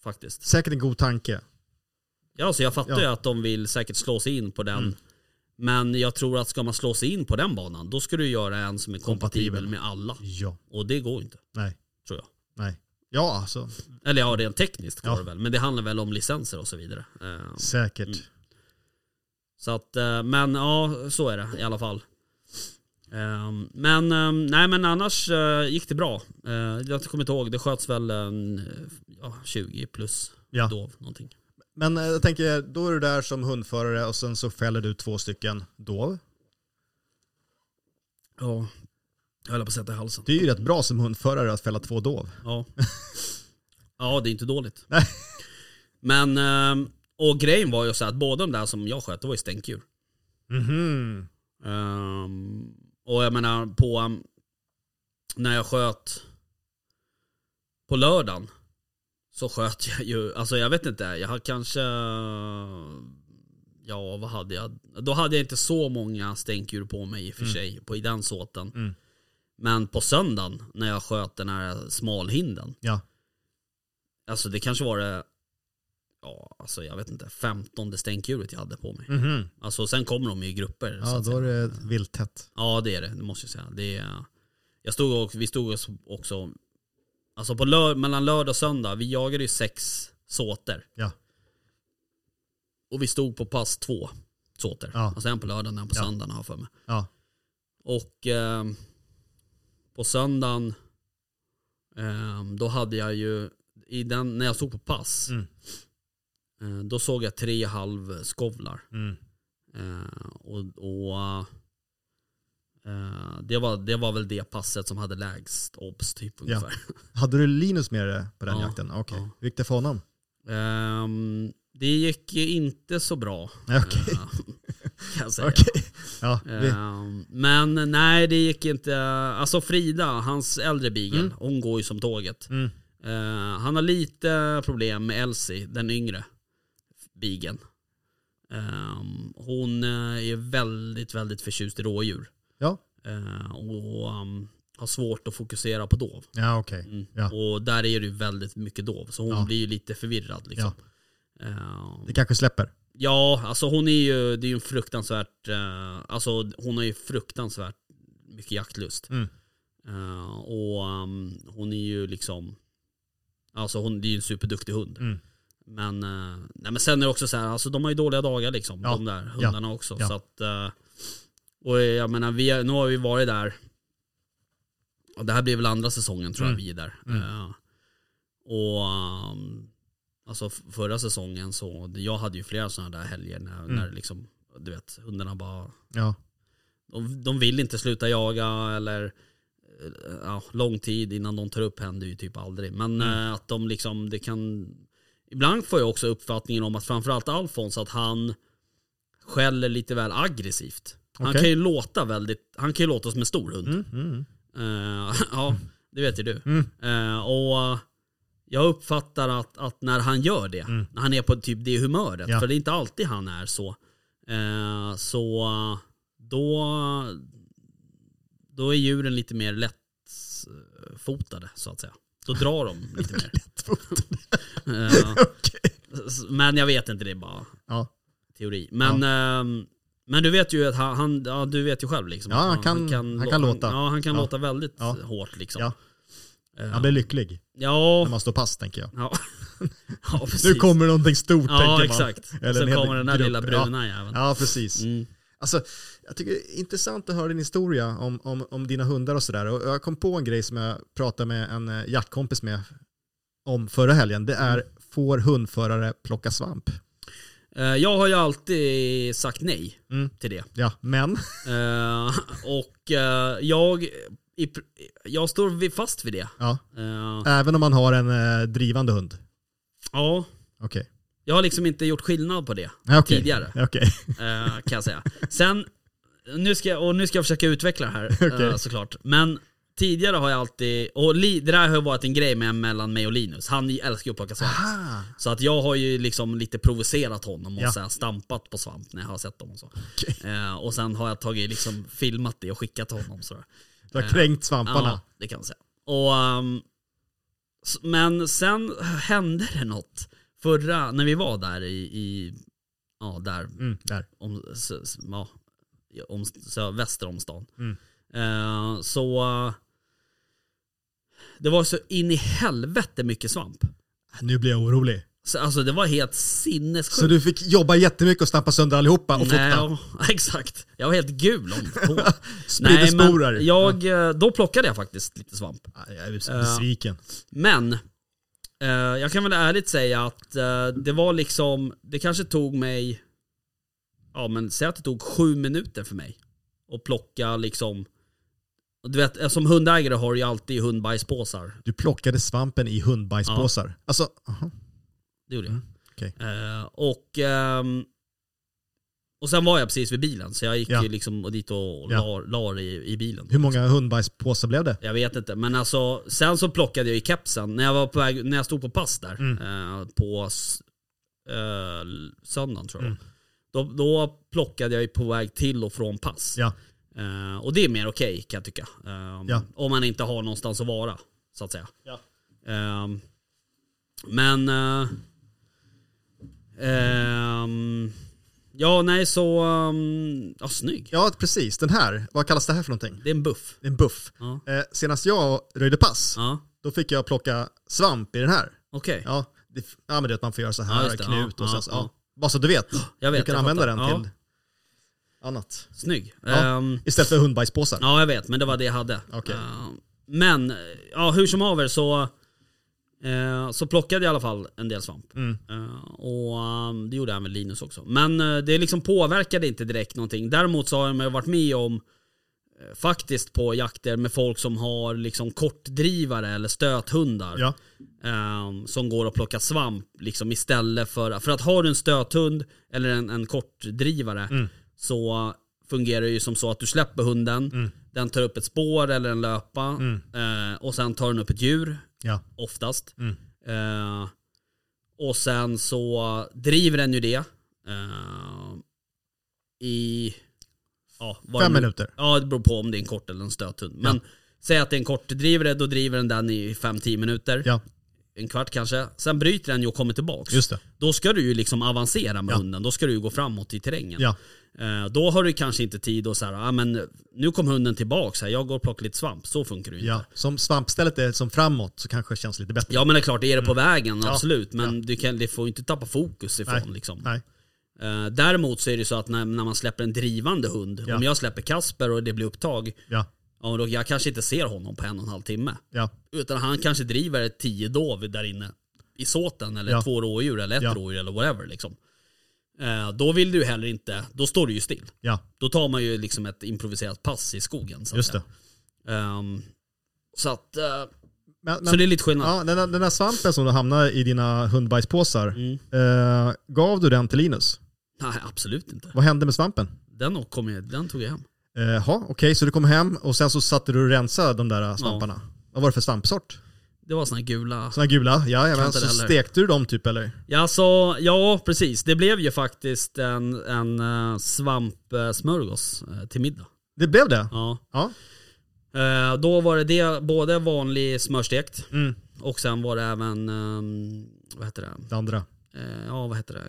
C: faktiskt.
D: Säkert en god tanke.
C: Ja, så jag fattar
D: Ja.
C: ju att de vill säkert slå sig in på den.
D: Mm.
C: Men jag tror att ska man slå sig in på den banan, då ska du göra en som är kompatibel,
D: Kompatibel.
C: med alla.
D: Ja.
C: Och det går ju inte,
D: Nej.
C: tror jag.
D: Nej. Ja, alltså.
C: Eller ja, rent tekniskt går
D: Ja.
C: det väl. Men det handlar väl om licenser och så vidare. Eh,
D: Säkert.
C: Mm. Så att, eh, men ja, så är det i alla fall. Eh, Men, eh, nej men annars eh, gick det bra. Eh, Jag kommer inte ihåg, det sköts väl en, eh, ja, 20 plus
D: Ja.
C: dov någonting.
D: Men eh, jag tänker, då är du där som hundförare och sen så fäller du två stycken dov.
C: Ja, jag höll på att sätta i halsen.
D: Det är ju rätt bra som hundförare att fälla två dov.
C: Ja. ja, det är inte dåligt.
D: Nej.
C: Men, ehm, och grejen var ju så att båda de där som jag sköt, det var ju stänktdjur.
D: Mhm.
C: Ehm, och jag menar på, ehm, när jag sköt på lördagen så sköt jag ju, alltså jag vet inte, jag hade kanske, ja vad hade jag? Då hade jag inte så många stänktdjur på mig i och för
D: Mm.
C: sig, på, i den såten.
D: Mm.
C: Men på söndagen när jag sköt den här smalhinden.
D: Ja.
C: Alltså det kanske var det, ja alltså jag vet inte, femtonde stänktdjuret jag hade på mig.
D: Mhm.
C: Alltså sen kommer de ju i grupper. så
D: Ja,
C: att
D: då är
C: säga.
D: det vilt tätt.
C: Ja det är det, det måste jag säga. Det är, jag stod och, vi stod oss också, alltså på lör, mellan lördag och söndag, vi jagade ju sex såter.
D: Ja.
C: Och vi stod på pass två såter.
D: Ja.
C: Alltså en på lördagen och en på
D: Ja.
C: söndagen har jag för mig.
D: Ja.
C: Och ehm, på söndagen, ehm, då hade jag ju, i den, när jag stod på pass,
D: Mm.
C: eh, då såg jag tre halvskovlar.
D: Mm.
C: Eh, och och eh, det, var, det var väl det passet som hade lägst obs typ ungefär.
D: Hade du Linus med dig på den
C: Ja.
D: jakten? Okej.
C: Ja.
D: Hur gick det för honom?
C: Ehm, det gick ju inte så bra.
D: Nej, Okej.
C: eh, kan jag säga.
D: Okej. Ja, vi,
C: Ehm, men nej det gick inte. Alltså Frida, hans äldre beagle,
D: Mm.
C: hon går ju som tåget.
D: mm.
C: Eh, han har lite problem med Elsie, den yngre bigen. hon eh, är väldigt, väldigt förtjust i rådjur.
D: Ja.
C: Eh, och um, har svårt att fokusera på dov.
D: ja okej.
C: Mm.
D: Ja.
C: Och där är det ju väldigt mycket dov, så hon
D: Ja.
C: blir ju lite förvirrad. Liksom. Eh,
D: Det kanske släpper.
C: ja, alltså hon är ju, det är ju en fruktansvärt, eh, alltså hon har ju fruktansvärt mycket jaktlust.
D: Mm.
C: Eh, och um, hon är ju liksom, alltså hon det är ju en superduktig hund.
D: Mm.
C: Men, eh, nej, men sen är det också så här, alltså de har ju dåliga dagar liksom,
D: Ja.
C: de där hundarna också.
D: Ja.
C: Så att, eh, och jag menar, vi, har- nu har vi varit där, och det här blir väl andra säsongen tror jag
D: Mm.
C: vi är där.
D: Mm.
C: Eh, och um, alltså f- förra säsongen så, jag hade ju flera sådana där helger när,
D: Mm.
C: när liksom, du vet, hundarna bara
D: Ja.
C: de, de vill inte sluta jaga eller eh, ja, lång tid innan de tar upp händer ju typ aldrig. Men eh, att de liksom, det kan, ibland får jag också uppfattningen om att framförallt Alfons, att han skäller lite väl aggressivt. Han
D: Okej.
C: kan ju låta väldigt, han kan ju låta som en stor hund.
D: Mm.
C: Eh, ja, det vet ju du. Eh, och jag uppfattar att, att när han gör det, när han är på typ det humöret,
D: Ja.
C: för det är inte alltid han är så, eh, så eh, då, då är djuren lite mer lättfotade så att säga. Då drar de lite mer. Eh, s- Men jag vet inte, det är bara
D: Ja.
C: teori. Men, ehm, men du vet ju att han, han ja, du vet ju själv liksom.
D: Ja,
C: att
D: han kan- han kan låta.
C: Ja, han kan
D: Ja.
C: låta väldigt
D: Ja.
C: hårt liksom.
D: Ja.
C: Eh,
D: Han blir lycklig
C: ja,
D: när man står pass tänker jag.
C: ja. ja, precis.
D: Nu kommer någonting stort tänker man.
C: Ja, exakt.
D: Eller en
C: Sen
D: hel
C: kommer den där
D: grupp.
C: lilla bruna jäveln.
D: Ja, ja precis.
C: Mm.
D: Alltså, jag tycker det är intressant att höra din historia om, om, om dina hundar och sådär. Och jag kom på en grej som jag pratade med en eh, jaktkompis med om förra helgen. Det är,
C: Mm.
D: får hundförare plocka svamp?
C: Eh, Jag har ju alltid sagt nej
D: Mm.
C: till det.
D: Ja, men.
C: Eh, och eh, jag, i, pr- jag står vid- fast vid det.
D: Ja.
C: Eh,
D: Även om man har en eh, drivande hund.
C: ja,
D: Okej.
C: jag har liksom inte gjort skillnad på det
D: Ja, okej.
C: tidigare.
D: Okej.
C: eh, kan jag säga. Sen, nu ska, jag- och nu ska jag försöka utveckla det här eh,
D: Okej.
C: såklart. Men tidigare har jag alltid, och Li, det där har ju varit en grej med, mellan mig och Linus. Han älskar ju att plocka svamp.
D: Ah,
C: Så att jag har ju liksom lite provocerat honom och
D: Ja.
C: så här stampat på svamp när jag har sett dem och så. Eh, och sen har jag tagit liksom filmat det och skickat till honom. Sådär.
D: du har kränkt svamparna.
C: Ja, det kan man säga. Och, ehm, s- men sen hände det något. Förra, när vi var där i, i ja där
D: Mm, där.
C: om, s- s- ja, om, så, väster om stan.
D: Mm.
C: Eh, så eh, det var så in i helvete mycket svamp.
D: Nu blir jag orolig.
C: Så, alltså det var helt
D: Så
C: sinnessjukt.
D: du fick jobba jättemycket och stampa sönder allihopa och
C: Nej,
D: fota?
C: ja, exakt. Jag var helt gul om på.
D: Spridde sporer?
C: jag, eh, då plockade jag faktiskt lite svamp.
D: Ja, Jag är så besviken.
C: Men eh, jag kan väl ärligt säga att eh, det var liksom, det kanske tog mig, ja men säg att det tog sju minuter för mig att plocka liksom, du vet eh, som hundägare har du ju alltid hundbajspåsar.
D: Du plockade svampen i hundbajspåsar. Alltså, aha.
C: Det gjorde jag.
D: Mm, okej.
C: Eh, och, ehm, och sen var jag precis vid bilen så jag gick
D: Ja.
C: ju liksom och dit och la,
D: Ja.
C: la det i, i bilen.
D: hur många hundbajspåsar blev det?
C: Jag vet inte, men alltså sen så plockade jag i kepsen när jag var på väg, när jag stod på pass där
D: Mm.
C: eh, på s- eh, söndagen tror jag.
D: Mm.
C: Då, då plockade jag ju på väg till och från pass.
D: Ja.
C: Eh, och det är mer okej kan jag tycka. Eh,
D: Ja.
C: Om man inte har någonstans att vara, så att säga.
D: Ja.
C: Ehm, men... eh, ehm, ja, nej så... ehm, ja, snygg.
D: Ja, precis. Den här, vad kallas det här för någonting?
C: Det är en buff.
D: En buff.
C: Ja.
D: Eh, senast jag röjde pass,
C: Ja,
D: då fick jag plocka svamp i den här.
C: okej.
D: Ja, det, ja men du vet man får göra så
C: Ja,
D: här,
C: just det.
D: knut
C: Ja,
D: och
C: ja,
D: sen så,
C: ja.
D: ja. Bara så du vet.
C: Jag vet,
D: du kan
C: jag
D: använda
C: fattar.
D: den
C: Ja.
D: till annat.
C: Snygg.
D: Ja.
C: Ehm,
D: Istället för hundbajspåsar.
C: Ja, jag vet, men det var det jag hade.
D: Okej.
C: Eh, men, eh, ja, hur som haver så, eh, så plockade jag i alla fall en del svamp.
D: Mm.
C: Eh, och eh, det gjorde även Linus också. Men eh, det liksom påverkade inte direkt någonting. Däremot så har jag varit med om eh, Faktiskt på jakter med folk som har liksom kortdrivare eller stöthundar
D: Ja.
C: ehm, som går och plockar svamp liksom istället för... För att har du en stöthund eller en, en kortdrivare
D: Mm.
C: så fungerar det ju som så att du släpper hunden,
D: Mm.
C: den tar upp ett spår eller en löpa eh, och sen tar den upp ett djur,
D: Ja.
C: oftast.
D: Mm.
C: Eh, och sen så driver den ju det eh, i... Ja, vad
D: Fem
C: det nu-
D: minuter.
C: Ja, det beror på om det är en kort eller en stöthund. Men säg att det är en kortdrivare, då driver den den i 5-10 minuter
D: Ja,
C: en kvart kanske. Sen bryter den ju och kommer tillbaks.
D: just det.
C: Då ska du ju liksom avancera med
D: Ja.
C: hunden. Då ska du ju gå framåt i terrängen.
D: Ja.
C: Eh, då har du kanske inte tid att säga, ah, men nu kom hunden tillbaks här, jag går och plockar lite svamp. Så funkar det ju
D: Ja,
C: inte.
D: som svampstället är som framåt så kanske det känns lite bättre.
C: Ja men det är klart, är det på vägen,
D: Mm. Ja.
C: absolut. Men du, kan, du får ju inte tappa fokus ifrån
D: Nej.
C: liksom.
D: Nej.
C: Eh, däremot så är det ju så att när, när man släpper en drivande hund,
D: Ja.
C: om jag släpper Kasper och det blir upptag,
D: Ja,
C: ja, då, jag kanske inte ser honom på en och en halv timme.
D: ja,
C: Utan han kanske driver ett tio dov där inne i såten eller
D: Ja.
C: två rådjur eller ett
D: Ja.
C: rådjur eller whatever liksom. Eh, då vill du ju heller inte, då står du ju still.
D: ja,
C: Då tar man ju liksom ett improviserat pass i skogen. Så att
D: just
C: säga.
D: det.
C: Ehm, så att, eh,
D: Men, men,
C: Så det är lite skillnad.
D: ja, den, där- den där svampen som du hamnar i dina hundbajspåsar,
C: Mm.
D: eh, gav du den till Linus?
C: Nej, absolut inte.
D: Vad hände med svampen?
C: Den, kom jag, den tog jag hem.
D: Eh, Jaha, okej, så du kom hem och sen så satte du och rensade de där eh, svamparna. Vad var det för svampsort?
C: Det var såna här gula...
D: Såna gula? Jajamän, så
C: Kantareller.
D: stekte du dem typ eller?
C: Ja, så, ja, precis. Det blev ju faktiskt en, en eh, svampsmörgås eh, till middag.
D: Det blev det?
C: Ja.
D: Ja.
C: Eh, Då var det, det både vanlig smörstekt
D: Mm.
C: och sen var det även, ehm, vad heter det?
D: Det andra?
C: Eh, Ja, vad heter det?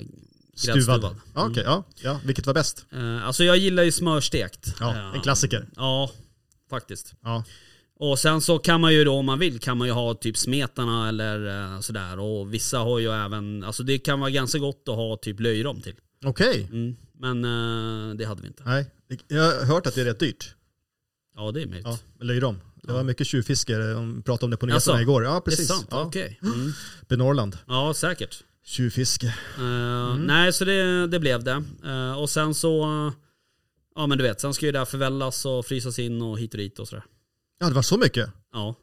D: Stuvad? Ja, okej,
C: Mm.
D: ja, ja. Vilket var bäst?
C: Eh, Alltså jag gillar ju smörstekt.
D: Ja,
C: Eh,
D: en klassiker.
C: Ja, faktiskt.
D: Ja.
C: Och sen så kan man ju då om man vill kan man ju ha typ smetarna eller eh, sådär och vissa har ju även, alltså det kan vara ganska gott att ha typ löjrom till.
D: Okej.
C: Mm. Men eh, det hade vi inte.
D: Nej, jag har hört att det är rätt dyrt.
C: Ja det är möjligt.
D: Ja, med löjrom. Det var mycket tjuvfiske, de pratade om det på nyheterna
C: Jaså?
D: igår. Ja,
C: det är
D: precis.
C: sant,
D: ja.
C: okej. Mm.
D: Uppe i Norrland.
C: Ja säkert.
D: Tjuvfiske.
C: Eh,
D: Mm.
C: Nej, så det, det blev det. Eh, och sen så, eh, ja men du vet, sen ska ju det här förvällas och frysas in och hit och dit och sådär.
D: Ja, det var så mycket.
C: Ja.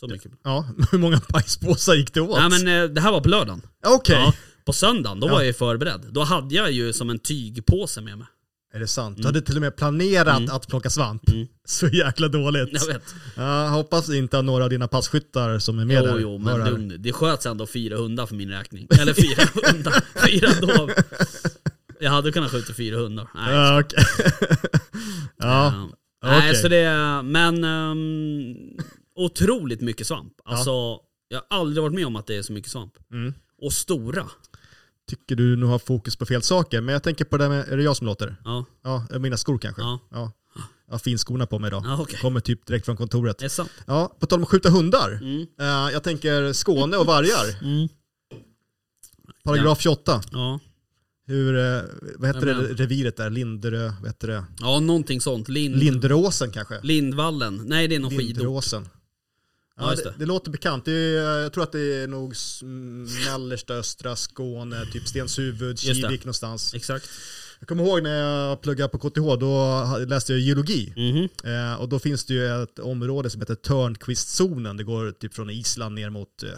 C: Så mycket.
D: Ja, hur många bajspåsar gick det åt?
C: Nej men eh, det här var på lördagen.
D: Okej.
C: Ja, på söndagen, då
D: Ja.
C: var jag ju förberedd. Då hade jag ju som en tygpåse med mig.
D: Är det sant?
C: Mm.
D: Du hade till och med planerat att plocka svamp. Så jäkla dåligt.
C: Jag vet.
D: Ja, hoppas inte att några av dina passkyttar som är med
C: Jo,
D: där
C: jo,
D: hör
C: men
D: här.
C: lugn. Det sköts ändå fyra hundar för min räkning. Eller fyra hundar. Fyra dov. Jag hade kunnat skjuta fyra hundar. Nej.
D: Ja, okej. ja,
C: Ja. Nej,
D: okej.
C: så det... Men... ehm, otroligt mycket svamp. Alltså, jag har aldrig varit med om att det är så mycket svamp.
D: Mm.
C: Och stora.
D: tycker du nu har fokus på fel saker. Men jag tänker på det där med, är det jag som låter?
C: Ja,
D: Ja, mina skor kanske.
C: Ja.
D: ja. Jag har finskorna på mig idag.
C: ja okej.
D: Kommer typ direkt från kontoret.
C: Det är sant.
D: Ja, på tal om att skjuta hundar.
C: Mm.
D: Eh, jag tänker Skåne och vargar.
C: Mm.
D: Paragraf 28.
C: Ja.
D: Hur, eh, vad heter
C: Amen.
D: det reviret där? Linderö, vad heter det?
C: ja, någonting sånt. Lind,
D: Linderåsen kanske?
C: Lindvallen. Nej, det är någon skidort.
D: Linderåsen.
C: Ja,
D: Ja,
C: just
D: det,
C: det.
D: det låter bekant. Det är, eh, jag tror att det är nog s- mm, mellersta östra Skåne, typ Stenshuvud,
C: det.
D: Kivik någonstans.
C: Exakt.
D: Jag kommer ihåg när jag pluggade på KTH, då ha- läste jag geologi.
C: Mhm.
D: Eh, och då finns det ju ett område som heter Törnqvistzonen. Det går typ från Island ner mot eh,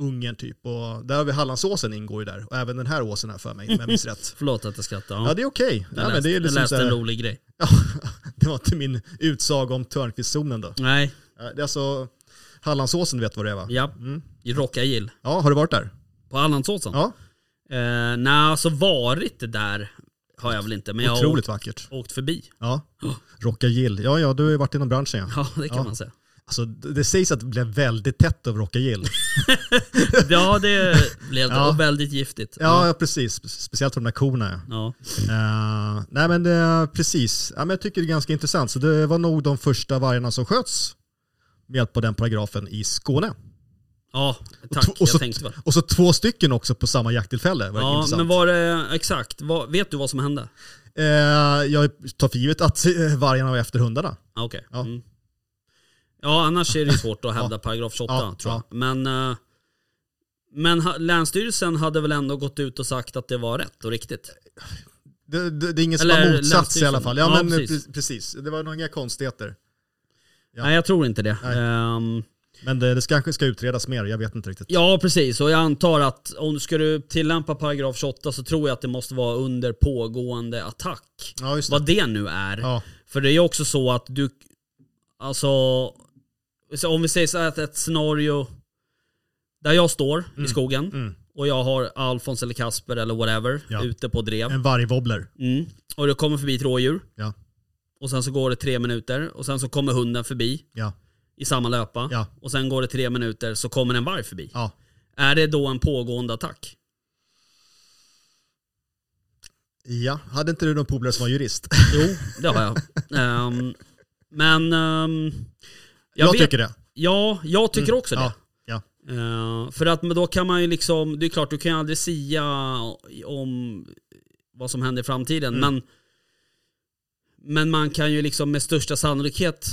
D: Ungern typ. Och där har vi Hallandsåsen ingår ju där. Och även den här åsen här för mig, om jag minns rätt.
C: Förlåt att jag skrattar. Ja.
D: Ja, det är okej.
C: jag
D: Ja, men
C: läste,
D: det, är
C: jag
D: liksom
C: läste
D: så
C: en
D: här-
C: rolig grej.
D: Ja, det var inte min utsaga om Törnqvistzonen då.
C: Nej,
D: Eh, Det är alltså Hallandsåsen, du vet vad det är va?
C: ja.
D: Mm.
C: I Rockagill.
D: Ja, har du varit där?
C: På Hallandsåsen?
D: Ja,
C: Eh, Nej, alltså varit där har jag väl inte. Men jag har
D: otroligt
C: åkt,
D: vackert.
C: åkt förbi.
D: Ja. Rocka Gill. Ja, ja, du har ju varit inom branschen ja.
C: Ja, det kan
D: Ja.
C: man säga.
D: Alltså, det det sägs att det blev väldigt tätt av Rocka Gill.
C: Ja, det blev det.
D: Ja.
C: Och väldigt giftigt.
D: Ja, ja, precis. Spe- Speciellt för de där korna ja.
C: Ja.
D: Eh, nej men det, precis. Ja, men jag tycker det är ganska intressant. Så det var nog de första vargarna som sköts med hjälp av den paragrafen i Skåne.
C: ja,
D: Och
C: tack.
D: tv- och så,
C: jag tänkte väl.
D: och så två stycken också på samma jakttillfälle. Var
C: Ja,
D: intressant.
C: men var det exakt? Vad- vet du vad som hände?
D: Eh, jag tar för givet att eh, vargarna var efter hundarna.
C: Ah, Okej.
D: Ja.
C: Mm. Ja, annars är det ju svårt att hävda paragraf 28
D: Ja,
C: tror jag. Men, eh, men ha- Länsstyrelsen hade väl ändå gått ut och sagt att det var rätt och riktigt?
D: Det, det, det är ingen som har
C: Eller
D: motsats i alla
C: Länsstyrelsen.
D: fall.
C: Ja,
D: Ja, men
C: precis.
D: precis. precis. Det var nog inga konstigheter. Ja.
C: Nej, jag tror inte det.
D: Nej.
C: Ehm,
D: Men eh, det, det ska- kanske ska utredas mer, jag vet inte riktigt.
C: Ja precis, och jag antar att om du ska du tillämpa paragraf 28 så tror jag att det måste vara under pågående attack.
D: Ja, just det.
C: Vad det nu är.
D: Ja,
C: För det är ju också så att du, alltså, så om vi säger så här att ett scenario där jag står i skogen
D: mm.
C: och jag har Alfons eller Kasper eller whatever
D: Ja.
C: ute på drev.
D: en vargwobbler.
C: Mm. Och det kommer förbi ett rådjur.
D: Ja.
C: Och sen så går det tre minuter och sen så kommer hunden förbi
D: Ja,
C: i samma löpa.
D: Ja.
C: Och sen går det tre minuter så kommer en varg förbi.
D: ja.
C: Är det då en pågående attack?
D: Ja, hade inte du någon polare som var jurist?
C: Jo, det har jag. Ehm, men... ehm,
D: Jag,
C: vet-
D: tycker det.
C: Ja, jag tycker också det.
D: Ja, ja.
C: Eh, för att men då kan man ju liksom, det är klart du kan ju aldrig sia om vad som händer i framtiden men Men man kan ju liksom med största sannolikhet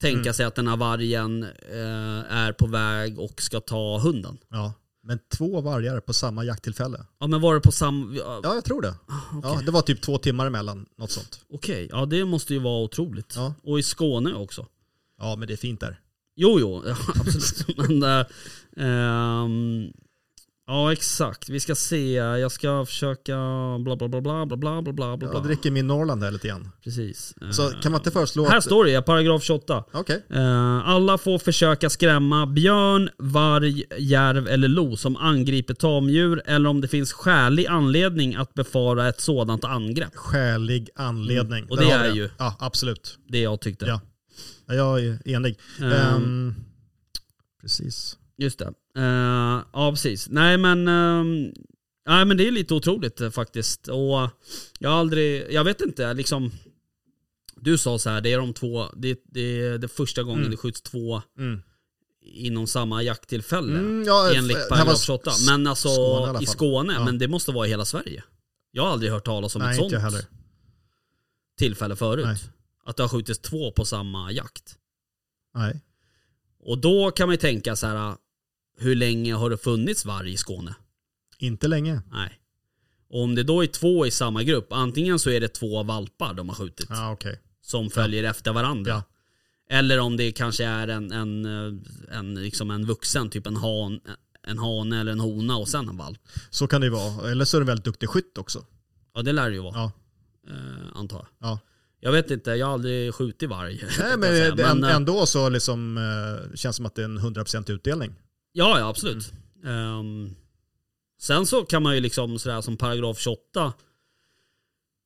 C: tänka sig att den här vargen eh, är på väg och ska ta hunden.
D: Ja. Men två vargar på samma jakttillfälle.
C: Ja men var det på samma...
D: Ja, jag tror det.
C: Ah,
D: Ja, det var typ två timmar emellan, något sånt.
C: Okej, ja det måste ju vara otroligt.
D: Ja.
C: Och i Skåne också.
D: Ja, men det är fint där.
C: Jo, jo, ja, absolut. Men, eh, ehm, ja, exakt. Vi ska se. Jag ska försöka bla bla bla bla bla bla bla bla. bla.
D: Jag dricker min Norrland här lite grann.
C: Precis.
D: Så
C: Eh,
D: kan man inte föreslå
C: Här
D: att...
C: står det, ja, paragraf 28.
D: Okej.
C: Eh, alla får försöka skrämma björn, varg, järv eller lo som angriper tamdjur eller om det finns skälig anledning att befara ett sådant angrepp.
D: Skälig anledning.
C: Mm. Och
D: Där
C: det
D: har vi
C: är
D: den.
C: ju-
D: Ja, absolut.
C: Det jag tyckte.
D: Ja. Ja, Jag är enig.
C: Ehm,
D: Ehm, precis.
C: Just det. Eh, ja, precis. Nej men, ehm, nej, men det är lite otroligt eh, faktiskt. Och jag har aldrig, jag vet inte liksom. Du sa så här, det är de två, det, det är det första gången
D: Mm.
C: det skjuts två
D: Mm.
C: inom samma jakttillfälle.
D: Mm, ja,
C: enligt
D: det här var
C: paragraf
D: s-
C: 28. Men alltså
D: Skåne i alla fall.
C: i Skåne,
D: Ja.
C: men det måste vara i hela Sverige. Jag har aldrig hört talas om
D: Nej,
C: ett
D: inte jag heller.
C: sånt tillfälle förut.
D: Nej.
C: Att det har skjutits två på samma jakt.
D: Nej.
C: Och då kan man ju tänka så här, äh, hur länge har det funnits varg i Skåne?
D: Inte länge.
C: Nej. Och om det då är två i samma grupp, antingen så är det två valpar de har skjutit
D: Ja, okej.
C: som följer efter varandra.
D: Ja.
C: Eller om det kanske är en, en, eh, en, liksom en vuxen, typ en, han, en hane eller en hona och sen en valp.
D: Så kan det ju vara. Eller så är du en väldigt duktig skytt också.
C: Ja det lär det ju vara,
D: Ja.
C: eh, antar jag.
D: ja.
C: Jag vet inte, jag har aldrig skjutit varg. kan
D: Nej,
C: jag
D: men,
C: säga.
D: det-
C: Men, eh,
D: ändå så liksom, eh, känns det som att det är en 100% utdelning.
C: Ja, ja absolut. Ehm, sen så kan man ju liksom sådär som paragraf 28.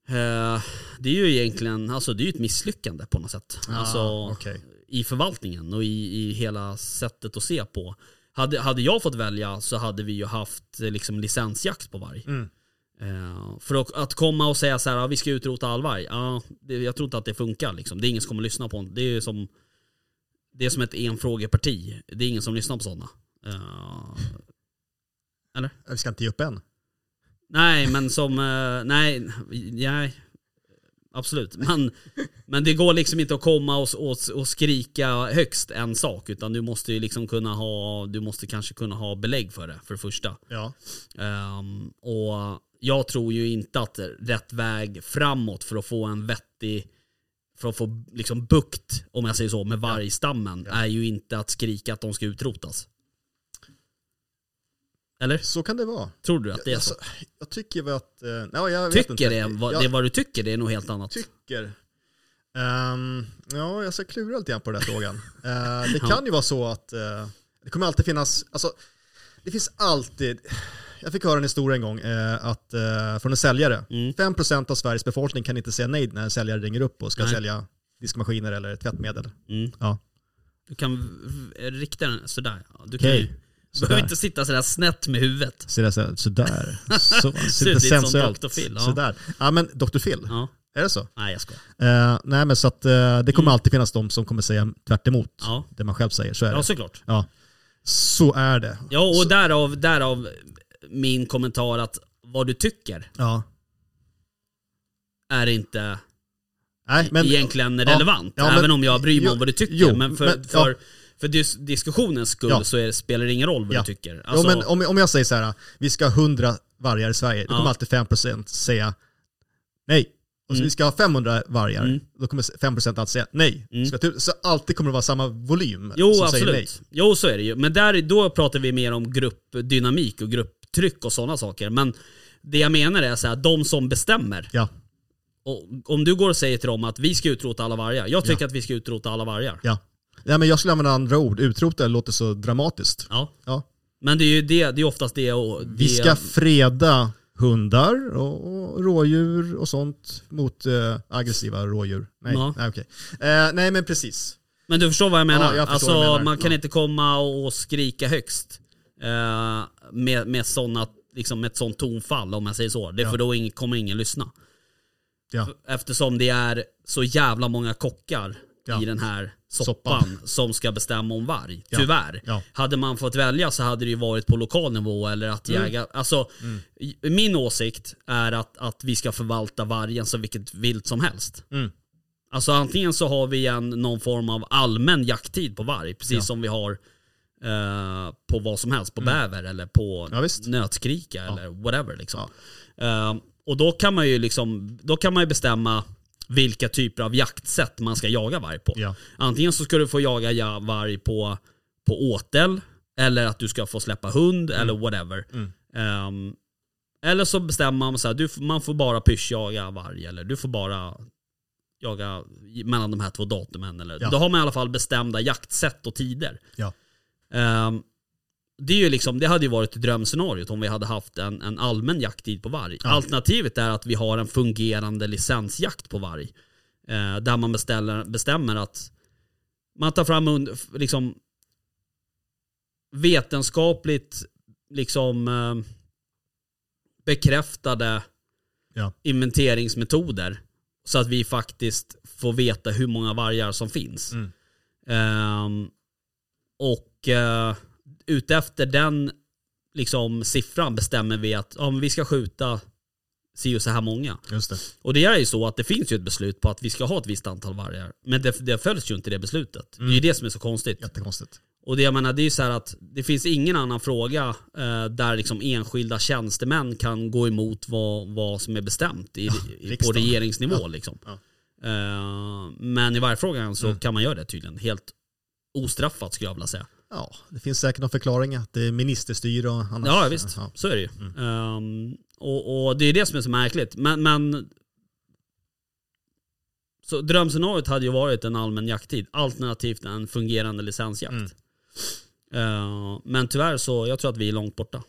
C: eh, det är ju egentligen, alltså det är ju ett misslyckande på något sätt. alltså
D: Ah, okej.
C: i förvaltningen och i, i hela sättet att se på. Hade, hade jag fått välja så hade vi ju haft eh, liksom licensjakt på varg.
D: Mm.
C: Eh, för att, att komma och säga så här, "Ah, vi ska utrota all varg. Ja, det, jag tror inte att det funkar. Liksom. Det är ingen som kommer lyssna på en. Det är som, det är som ett enfrågeparti. Det är ingen som lyssnar på sådana. Eh,
D: Vi ska inte ge upp än.
C: nej, men som, eh, nej, nej. Absolut, men, men det går liksom inte att komma och, och, och skrika högst en sak utan du måste ju liksom kunna ha, du måste kanske kunna ha belägg för det för det första.
D: Ja.
C: Ehm, och jag tror ju inte att rätt väg framåt för att få en vettig, för att få liksom bukt, om jag säger så, med vargstammen
D: Ja.
C: är ju inte att skrika att de ska utrotas. Eller?
D: Så kan det vara.
C: Tror du att det är så?
D: Alltså, jag tycker väl att... eh, nej, jag vet inte.
C: Tycker det, vad,
D: jag
C: det är vad du tycker, det är nog helt annat.
D: tycker... Ehm, ja, jag ska klura lite grann på den här frågan. Eh, det kan ju vara så att eh, det kommer alltid finnas... Alltså, det finns alltid... Jag fick höra en historia en gång eh, att, eh, från en säljare.
C: Mm.
D: 5% av Sveriges befolkning kan inte säga nej när en säljare ringer upp och ska
C: Nej.
D: sälja diskmaskiner eller tvättmedel.
C: Mm.
D: Ja.
C: Du kan v- v- rikta den sådär. ja. Du kan
D: Okej.
C: ju- du behöver inte sitta sådär snett med huvudet.
D: Ser det så, sådär. Så,
C: Ser ut lite som Dr. Phil, ja.
D: Sådär. Ja men Dr. Phil,
C: Ja.
D: är det så?
C: Nej jag skojar.
D: Eh, nej men så att eh, det kommer
C: Mm.
D: alltid finnas de som kommer säga tvärt emot
C: Ja,
D: det man själv säger. Så är
C: ja
D: det.
C: såklart.
D: Så är det.
C: Ja och
D: Så-
C: därav, därav min kommentar att vad du tycker
D: Ja.
C: är inte
D: Nej, men,
C: E- egentligen
D: ja,
C: relevant.
D: ja, men-
C: även om jag bryr mig
D: jo,
C: om vad du tycker.
D: jo,
C: men för,
D: men- ja.
C: för, för dis diskussionens skull
D: Ja.
C: så är, spelar det ingen roll vad
D: Ja.
C: du tycker.
D: ja,
C: Alltså,
D: men om, om jag säger så här, vi ska ha 100 vargar i Sverige, då
C: Ja.
D: kommer alltid 5% säga nej. Och så
C: Mm.
D: vi ska ha 500 vargar,
C: Mm.
D: då kommer 5% alltid säga nej.
C: Mm.
D: Ska tu- så alltid kommer det vara samma volym
C: jo
D: som säger nej.
C: absolut. Jo så är det ju. Men där, då pratar vi mer om gruppdynamik och grupptryck och sådana saker. Men det jag menar är så här, de som bestämmer.
D: Ja,
C: Och om du går och säger till dem att vi ska utrota alla vargar. Jag tycker att vi ska utrota alla vargar.
D: ja. Nej, men jag skulle använda andra ord. Utrota låter så dramatiskt.
C: Ja.
D: Ja.
C: Men det är ju det, det är oftast det och det,
D: Vi ska freda hundar och och rådjur och sånt mot eh, aggressiva rådjur. Nej,
C: Ja.
D: nej okej. Eh, nej men precis.
C: Men du förstår vad jag menar?
D: Ja, jag förstår
C: alltså
D: vad du menar.
C: man kan
D: Ja.
C: inte komma och skrika högst eh, med, med, såna, liksom, med ett sånt tonfall om jag säger så. Det,
D: Ja.
C: För då ing, kommer ingen lyssna.
D: Ja.
C: Eftersom det är så jävla många kockar
D: Ja.
C: i den här soppan,
D: Soppan.
C: som ska bestämma om varg.
D: Ja.
C: Tyvärr.
D: Ja.
C: Hade man fått välja så hade det ju varit på lokal nivå eller att
D: Mm.
C: jäga. Alltså, i- Min åsikt är att, att vi ska förvalta vargen som vilket vilt som helst.
D: Mm.
C: Alltså antingen så har vi en, någon form av allmän jakttid på varg, precis
D: Ja.
C: som vi har eh, på vad som helst, på bäver eller på
D: Mm. Ja, visst.
C: Ehm, nötskrika eller whatever. Liksom. Eh, och då kan man ju liksom, då kan man ju bestämma vilka typer av jaktsätt man ska jaga varg på.
D: Ja.
C: Antingen så ska du få jaga ja- varg på, på åtel, eller att du ska få släppa hund eller whatever.
D: Mm.
C: Ehm, eller så bestämmer man så här, du, f- man får bara pyschjaga varg eller du får bara jaga i- mellan de här två datumen. Eller,
D: Ja.
C: Då har man i alla fall bestämda jaktsätt och tider.
D: Ja.
C: Ehm, det, är ju liksom, det hade ju varit drömscenariot om vi hade haft en, en allmän jakttid på varg.
D: Ja.
C: Alternativet är att vi har en fungerande licensjakt på varg. Eh, där man beställer, bestämmer att man tar fram und, f- liksom, vetenskapligt liksom, eh, bekräftade
D: Ja.
C: inventeringsmetoder. Så att vi faktiskt får veta hur många vargar som finns.
D: Mm.
C: Ehm, och eh, utefter den liksom, siffran bestämmer vi att ja, men vi ska skjuta si och så här många.
D: Just det.
C: Och det är ju så att det finns ju ett beslut på att vi ska ha ett visst antal vargar. Men det, det följs ju inte det beslutet.
D: Mm.
C: Det är ju det som är så konstigt.
D: Jättekonstigt.
C: Och det jag menar, det är ju så här att det finns ingen annan fråga eh, där liksom enskilda tjänstemän kan gå emot vad, vad som är bestämt i, i, på
D: riksdagen.
C: regeringsnivå.
D: Ja.
C: Liksom.
D: Ja.
C: Eh, men i vargfrågan så
D: Mm.
C: kan man göra det tydligen. Helt ostraffat skulle jag vilja säga.
D: Ja, det finns säkert någon förklaring att det är ministerstyre och annars. eh,
C: Ja, visst.
D: Ja. Mm.
C: Så är det ju. Ehm, och, och det är det som är så märkligt. Men, men så drömscenariot hade ju varit en allmän jakttid, alternativt en fungerande licensjakt.
D: Mm.
C: Ehm, men tyvärr så, jag tror att vi är långt borta.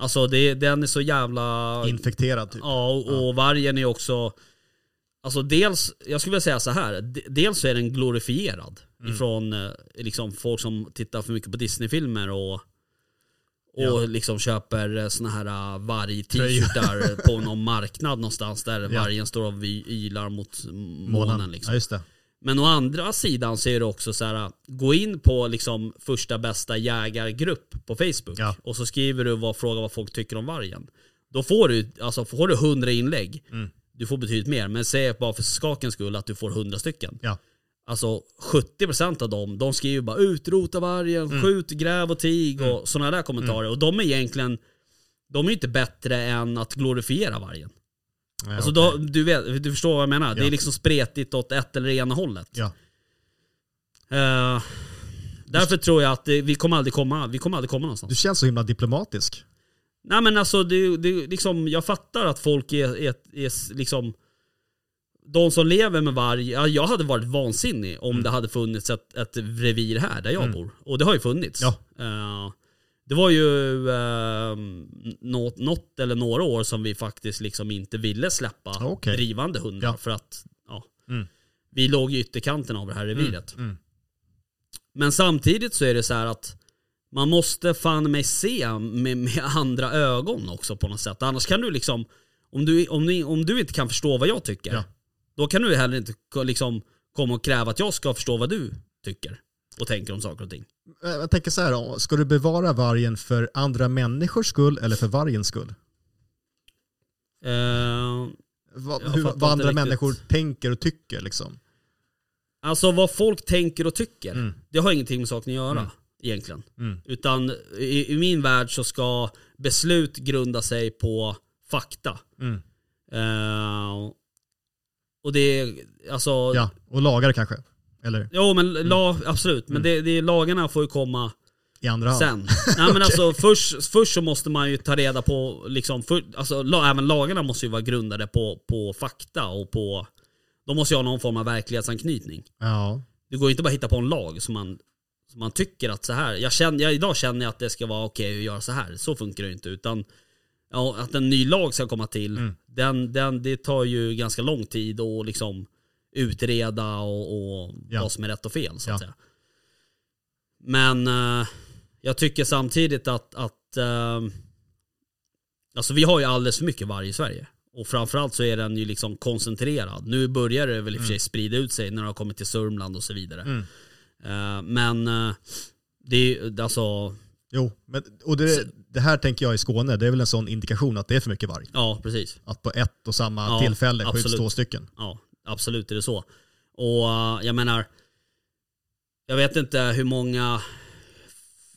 C: Alltså det, den är så jävla...
D: Infekterad typ.
C: Ja, och, och vargen är också... Alltså dels, jag skulle vilja säga så här. de- Dels så är den glorifierad
D: Mm.
C: ifrån eh, liksom folk som tittar för mycket på Disney-filmer och, och
D: Ja.
C: liksom köper eh, såna här eh,
D: Tröjor.
C: varg-t-shirtar på någon marknad någonstans där
D: Ja.
C: vargen står och vy- ylar mot månen.
D: Månaden.
C: liksom.
D: Ja, just det.
C: Men å andra sidan så är det också så här, äh, gå in på liksom första bästa jägargrupp på Facebook
D: Ja.
C: och så skriver du vad, frågar vad folk tycker om vargen. Då får du, alltså får du 100 inlägg,
D: Mm.
C: du får betydligt mer, men säg bara för skakens skull att du får 100 stycken.
D: Ja.
C: Alltså 70% av dem, de skriver bara utrota vargen,
D: Mm.
C: skjut, gräv och tig och sådana där kommentarer. Och de är egentligen, de är ju inte bättre än att glorifiera vargen.
D: Ja,
C: Alltså
D: Eh, okej.
C: då, du, vet, du förstår vad jag menar, det
D: Ja.
C: är liksom spretigt åt ett eller ena hållet.
D: ja.
C: Eh, därför tror jag att det, vi kommer aldrig komma, vi kommer aldrig komma någonstans.
D: Du känns så himla diplomatisk.
C: Nej men alltså, det, det, liksom, jag fattar att folk är, är, är s- liksom, de som lever med varg, ja, jag hade varit vansinnig
D: Mm.
C: om det hade funnits ett, ett revir här där jag bor. Och det har ju funnits.
D: Ja.
C: Eh, det var ju eh, något, något eller några år som vi faktiskt liksom inte ville släppa
D: Okej.
C: drivande hundar
D: Ja.
C: för att ja,
D: Mm.
C: vi låg i ytterkanten av det här reviret.
D: Mm.
C: Men samtidigt så är det så här att man måste fan mig se med, med andra ögon också på något sätt. Annars kan du liksom, om du, om du, om du inte kan förstå vad jag tycker,
D: Ja.
C: då kan du heller inte ko- liksom komma och kräva att jag ska förstå vad du tycker och tänker om saker och ting.
D: Eh, Jag tänker så här då, ska du bevara vargen för andra människors skull eller för vargens skull?
C: Eh,
D: Vad,
C: Jag fattar
D: hur, vad
C: inte
D: andra
C: riktigt.
D: människor tänker och tycker liksom.
C: alltså vad folk tänker och tycker,
D: Mm.
C: det har ingenting med saken att göra
D: Mm.
C: egentligen.
D: Mm.
C: Utan i, i min värld så ska beslut grunda sig på fakta.
D: Mm.
C: Eh, och det är, alltså,
D: Ja, Mm. och lagar kanske. Eller
C: Jo men la, absolut, men det, det, lagarna får ju komma
D: i andra hand.
C: sen. Nej men alltså först, först så måste man ju ta reda på, liksom, för, alltså, la, även lagarna måste ju vara grundade på, på fakta och på, de måste ju ha någon form av verklighetsanknytning.
D: Ja,
C: Det går ju inte bara att hitta på en lag som man, som man tycker att så här, jag känner, jag, idag känner jag att det ska vara okej att göra så här, så funkar det ju inte. Utan ja, att en ny lag ska komma till,
D: Mm.
C: den, den, det tar ju ganska lång tid att liksom utreda och, och
D: Ja.
C: vad som är rätt och fel så att
D: Ja.
C: säga. Men eh, jag tycker samtidigt att, att eh, alltså vi har ju alldeles för mycket varg i Sverige. Och framförallt så är den ju liksom koncentrerad. Nu börjar det väl i och för sig sprida ut sig när det har kommit till Sörmland och så vidare.
D: Mm.
C: Eh, men eh, det är ju alltså,
D: jo. Men, och det, det här tänker jag i Skåne, det är väl en sån indikation att det är för mycket varg.
C: ja precis.
D: Att på ett och samma
C: Ja,
D: tillfälle skjuts
C: absolut.
D: två stycken.
C: Ja, absolut är det så. Och eh, jag menar, jag vet inte hur många,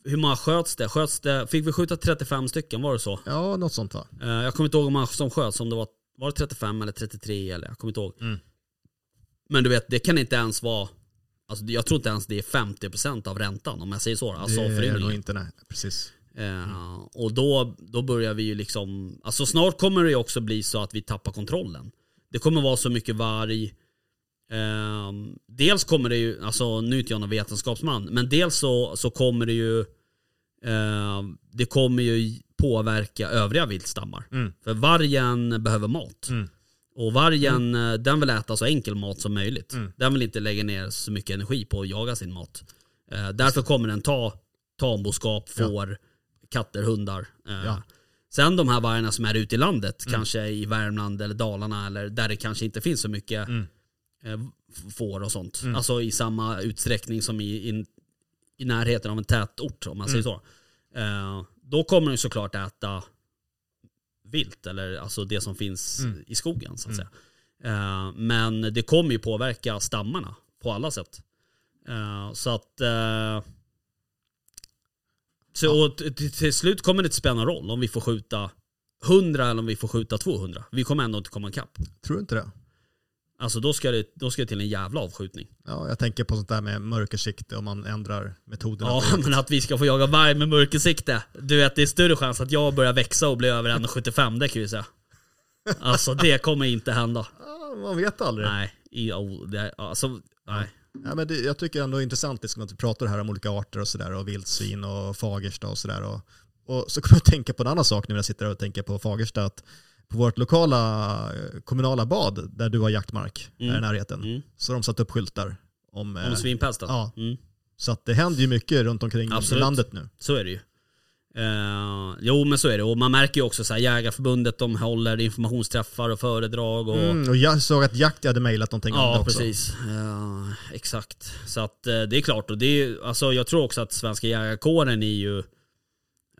C: hur många sköts det? Sköts det? Fick vi skjuta 35 stycken, var det så?
D: Ja, något sånt va?
C: Eh, Jag kommer inte ihåg hur många som sköts, om det var, var det 35 eller 33 eller jag kommer inte ihåg.
D: Mm.
C: Men du vet, det kan inte ens vara... Alltså, jag tror inte ens det är 50% av räntan om jag säger så. Alltså
D: det är nog
C: föryngringen.
D: inte, nej. Precis.
C: Eh, och då, då börjar vi ju liksom... Alltså snart kommer det ju också bli så att vi tappar kontrollen. Det kommer vara så mycket varg. Ehm, dels kommer det ju, alltså nu är inte jag någon vetenskapsman, men dels så, så kommer det ju ehm, det kommer ju påverka övriga viltstammar.
D: Mm.
C: För vargen behöver mat.
D: Mm.
C: Och vargen, eh, den vill äta så enkel mat som möjligt.
D: Mm.
C: Den vill inte lägga ner så mycket energi på att jaga sin mat. Eh, därför kommer den ta tamboskap, får, katter, hundar. Eh,
D: Ja.
C: Sen de här vargarna som är ute i landet,
D: Mm.
C: kanske i Värmland eller Dalarna eller där det kanske inte finns så mycket
D: Mm.
C: eh, f- får och sånt. Alltså i samma utsträckning som i, i, i närheten av en tätort om man säger
D: Mm.
C: så. Eh, då kommer den såklart äta vilt eller alltså det som finns
D: Mm.
C: i skogen så att säga. Eh, men det kommer ju påverka stammarna på alla sätt. Eh, så att... Eh, så, och t- t- till slut kommer det inte spela någon roll om vi får skjuta 100 eller om vi får skjuta 200. Vi kommer ändå inte komma ikapp.
D: Tror du inte det?
C: Alltså då ska, det, då ska det till en jävla avskjutning.
D: Ja, jag tänker på sånt där med mörkersikte om man ändrar metoderna.
C: Ja, men att vi ska få jaga varg med mörkersikte. Du vet, det är större chans att jag börjar växa och bli över 1,75 det kan vi säga. Alltså det kommer inte hända.
D: Ja, man vet aldrig.
C: Nej, i- oh, det- alltså nej.
D: Ja, men det, jag tycker ändå det är intressant liksom, att vi pratar här om olika arter och sådär och vildsvin och Fagersta och sådär. Och, och så kommer jag att tänka på en annan sak nu när jag sitter här och tänker på Fagersta. Att på vårt lokala eh, kommunala bad där du har jaktmark här i närheten
C: Mm.
D: så har de satt upp skyltar. Om, eh,
C: Om svinpesten.
D: ja.
C: Mm.
D: så att det händer ju mycket runt omkring i
C: Absolut.
D: landet nu.
C: Så är det ju. Eh, jo men så är det. Och man märker ju också så här, Jägarförbundet de håller informationsträffar och föredrag och...
D: Mm, och jag såg att jakt hade mejlat någonting om det
C: Ja
D: också.
C: precis. Eh, exakt. Så att eh, det är klart. Och det är, ju- alltså, jag tror också att svenska jägarkåren är ju...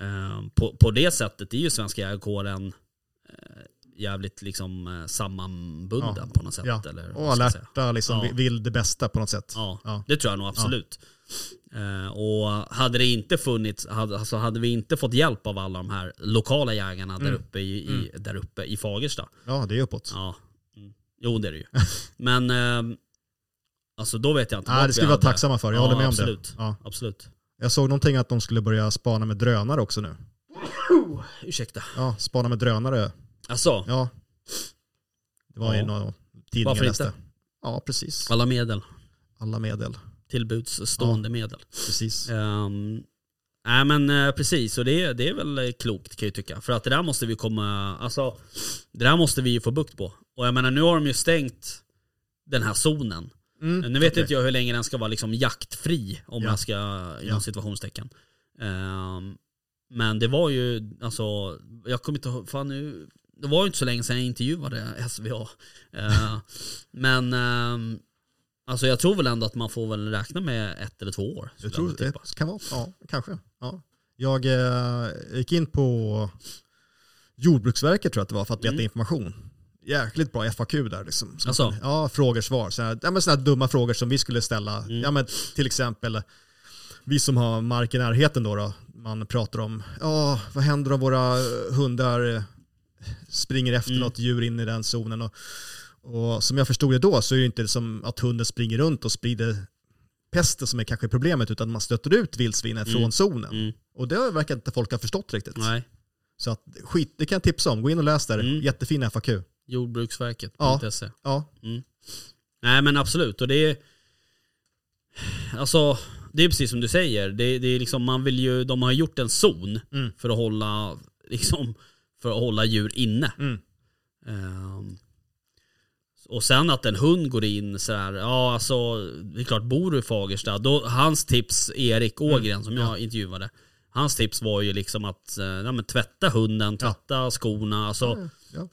C: eh, på, på det sättet är ju svenska jägarkåren eh, jävligt liksom eh, sammanbunden
D: Ja.
C: på något sätt.
D: Ja.
C: Eller, vad
D: Och
C: ska jag säga.
D: alerta liksom,
C: Ja.
D: vi- vill det bästa på något sätt.
C: Ja,
D: Ja.
C: det tror jag nog absolut. Eh, och hade det inte funnits, hade, alltså hade vi inte fått hjälp av alla de här lokala jägarna
D: Mm.
C: där, uppe i, i, där uppe i Fagersta.
D: Ja, det är uppåt.
C: Ja. Mm. Jo det är det ju. Men ehm, alltså då vet jag inte.
D: Nej,
C: vart
D: det
C: vi
D: ska vi vara
C: hade-
D: tacksamma för, jag
C: Ja,
D: håller med
C: absolut.
D: om det. Ja.
C: Absolut.
D: Jag såg någonting att de skulle börja spana med drönare också nu.
C: Ursäkta.
D: Ja, spana med drönare.
C: Alltså,
D: Ja. Det var
C: Ja.
D: i någon tidning
C: Varför
D: jag läste.
C: inte?
D: Ja, precis.
C: alla medel.
D: Alla medel.
C: Tillbuds stående medel.
D: Precis.
C: Ehm, Nej men eh, precis, och det, det är väl eh, klokt kan jag tycka. För att det där måste vi komma, alltså det där måste vi ju få bukt på. Och jag menar nu har de ju stängt den här zonen.
D: Mm.
C: Nu vet
D: okej.
C: inte jag hur länge den ska vara liksom jaktfri om
D: Ja.
C: jag ska, inom
D: Ja.
C: situationstecken. Ehm, men det var ju, alltså, jag kommer inte ihåg, fan nu, det var ju inte så länge sedan jag intervjuade SVA. Eh, men ehm, alltså jag tror väl ändå att man får väl räkna med ett eller två år. skulle
D: Jag tror
C: ändå tippa.
D: det kan vara, ja, kanske. Ja. Jag eh, gick in på Jordbruksverket tror jag att det var för att leta
C: Mm.
D: information. Jäkligt bra FAQ där liksom. Så-
C: Alltså?
D: Ja, frågor, svar. Sådana, ja, men såna här dumma frågor som vi skulle ställa.
C: Mm.
D: Ja, men till exempel, vi som har mark i närheten då, då man pratar om, ja, vad händer om våra eh, hundar eh, springer efter
C: Mm.
D: något djur in i den zonen? Och, och som jag förstod det då så är det inte som att hunden springer runt och sprider pesten som är kanske problemet utan man stöter ut vildsvinet från zonen.
C: Mm.
D: Och det verkar inte folk ha förstått riktigt.
C: Nej,
D: Så att, skit, det kan jag tipsa om. Gå in och läs där.
C: Mm.
D: Jättefin FAQ.
C: jordbruksverket.se.
D: Ja,
C: Nej men absolut, och det är... Alltså, det är precis som du säger. Det, det är liksom, man vill ju, de har gjort en zon
D: Mm.
C: för att hålla, liksom, för att hålla djur inne.
D: Mm.
C: Ehm, och sen att en hund går in sådär, ja alltså det är klart bor du i Fagersta, då, hans tips, Erik
D: Mm.
C: Ågren som jag intervjuade, hans tips var ju liksom att eh, nej, men tvätta hunden, tvätta skorna, alltså,
D: ja.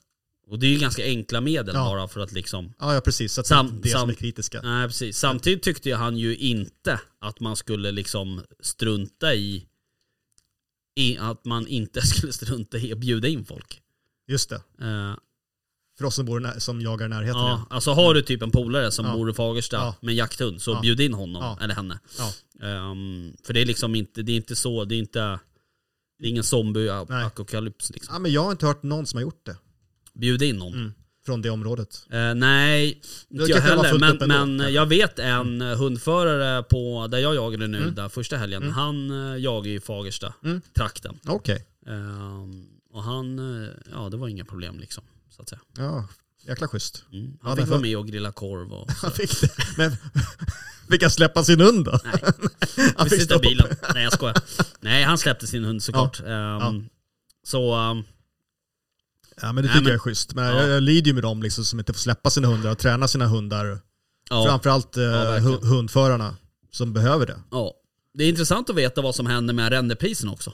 C: och det är ju ganska enkla medel
D: Ja.
C: bara för att liksom
D: ja, ja precis. Så att
C: Sam-
D: det inte är det som
C: sam-
D: är kritiska.
C: Nej precis. Samtidigt tyckte ju han ju inte att man skulle liksom strunta i, i att man inte skulle strunta i att bjuda in folk.
D: Just det.
C: Eh,
D: För oss som, bor nä- som jagar i närheten.
C: ja,
D: Ja.
C: alltså har du typ en polare som
D: Ja.
C: bor i Fagersta
D: Ja.
C: med en jakthund så
D: Ja.
C: bjud in honom
D: Ja.
C: eller henne.
D: Ja.
C: Ehm, för det är liksom inte, det är inte så, det är inte, det är ingen zombie
D: Nej.
C: apokalyps liksom.
D: ja, men jag har inte hört någon som har gjort det.
C: Bjud in någon.
D: Mm. från det området.
C: Eh, nej,
D: Det
C: inte jag
D: kanske var
C: heller.
D: fullt upp
C: Men,
D: ändå,
C: men
D: kanske.
C: jag vet en hundförare på, där jag jagade nu,
D: Mm.
C: där första helgen. Han eh, jagar i Fagersta, trakten.
D: Okej.
C: Ehm, och han, eh, ja det var inga problem liksom. Så att säga.
D: Ja, jäkla schysst.
C: Mm.
D: Ja,
C: Han fick
D: men-
C: vara med och grilla korv och
D: Han fick det. Men fick han släppa sin hund då?
C: Nej.
D: han
C: Vi sitter
D: fick
C: i
D: stoppa.
C: bilen. Nej jag skojar. Nej han släppte sin hund såklart. Ehm, Så, ehm,
D: Ja men det
C: Nej,
D: tycker
C: men-
D: jag är schysst. Men
C: Ja.
D: jag, jag lider ju med dem liksom som inte får släppa sina hundar och träna sina hundar.
C: ja,
D: Framförallt eh,
C: verkligen.
D: hu- hundförarna som behöver det.
C: ja. Det är intressant att veta vad som händer med arrendeprisen också.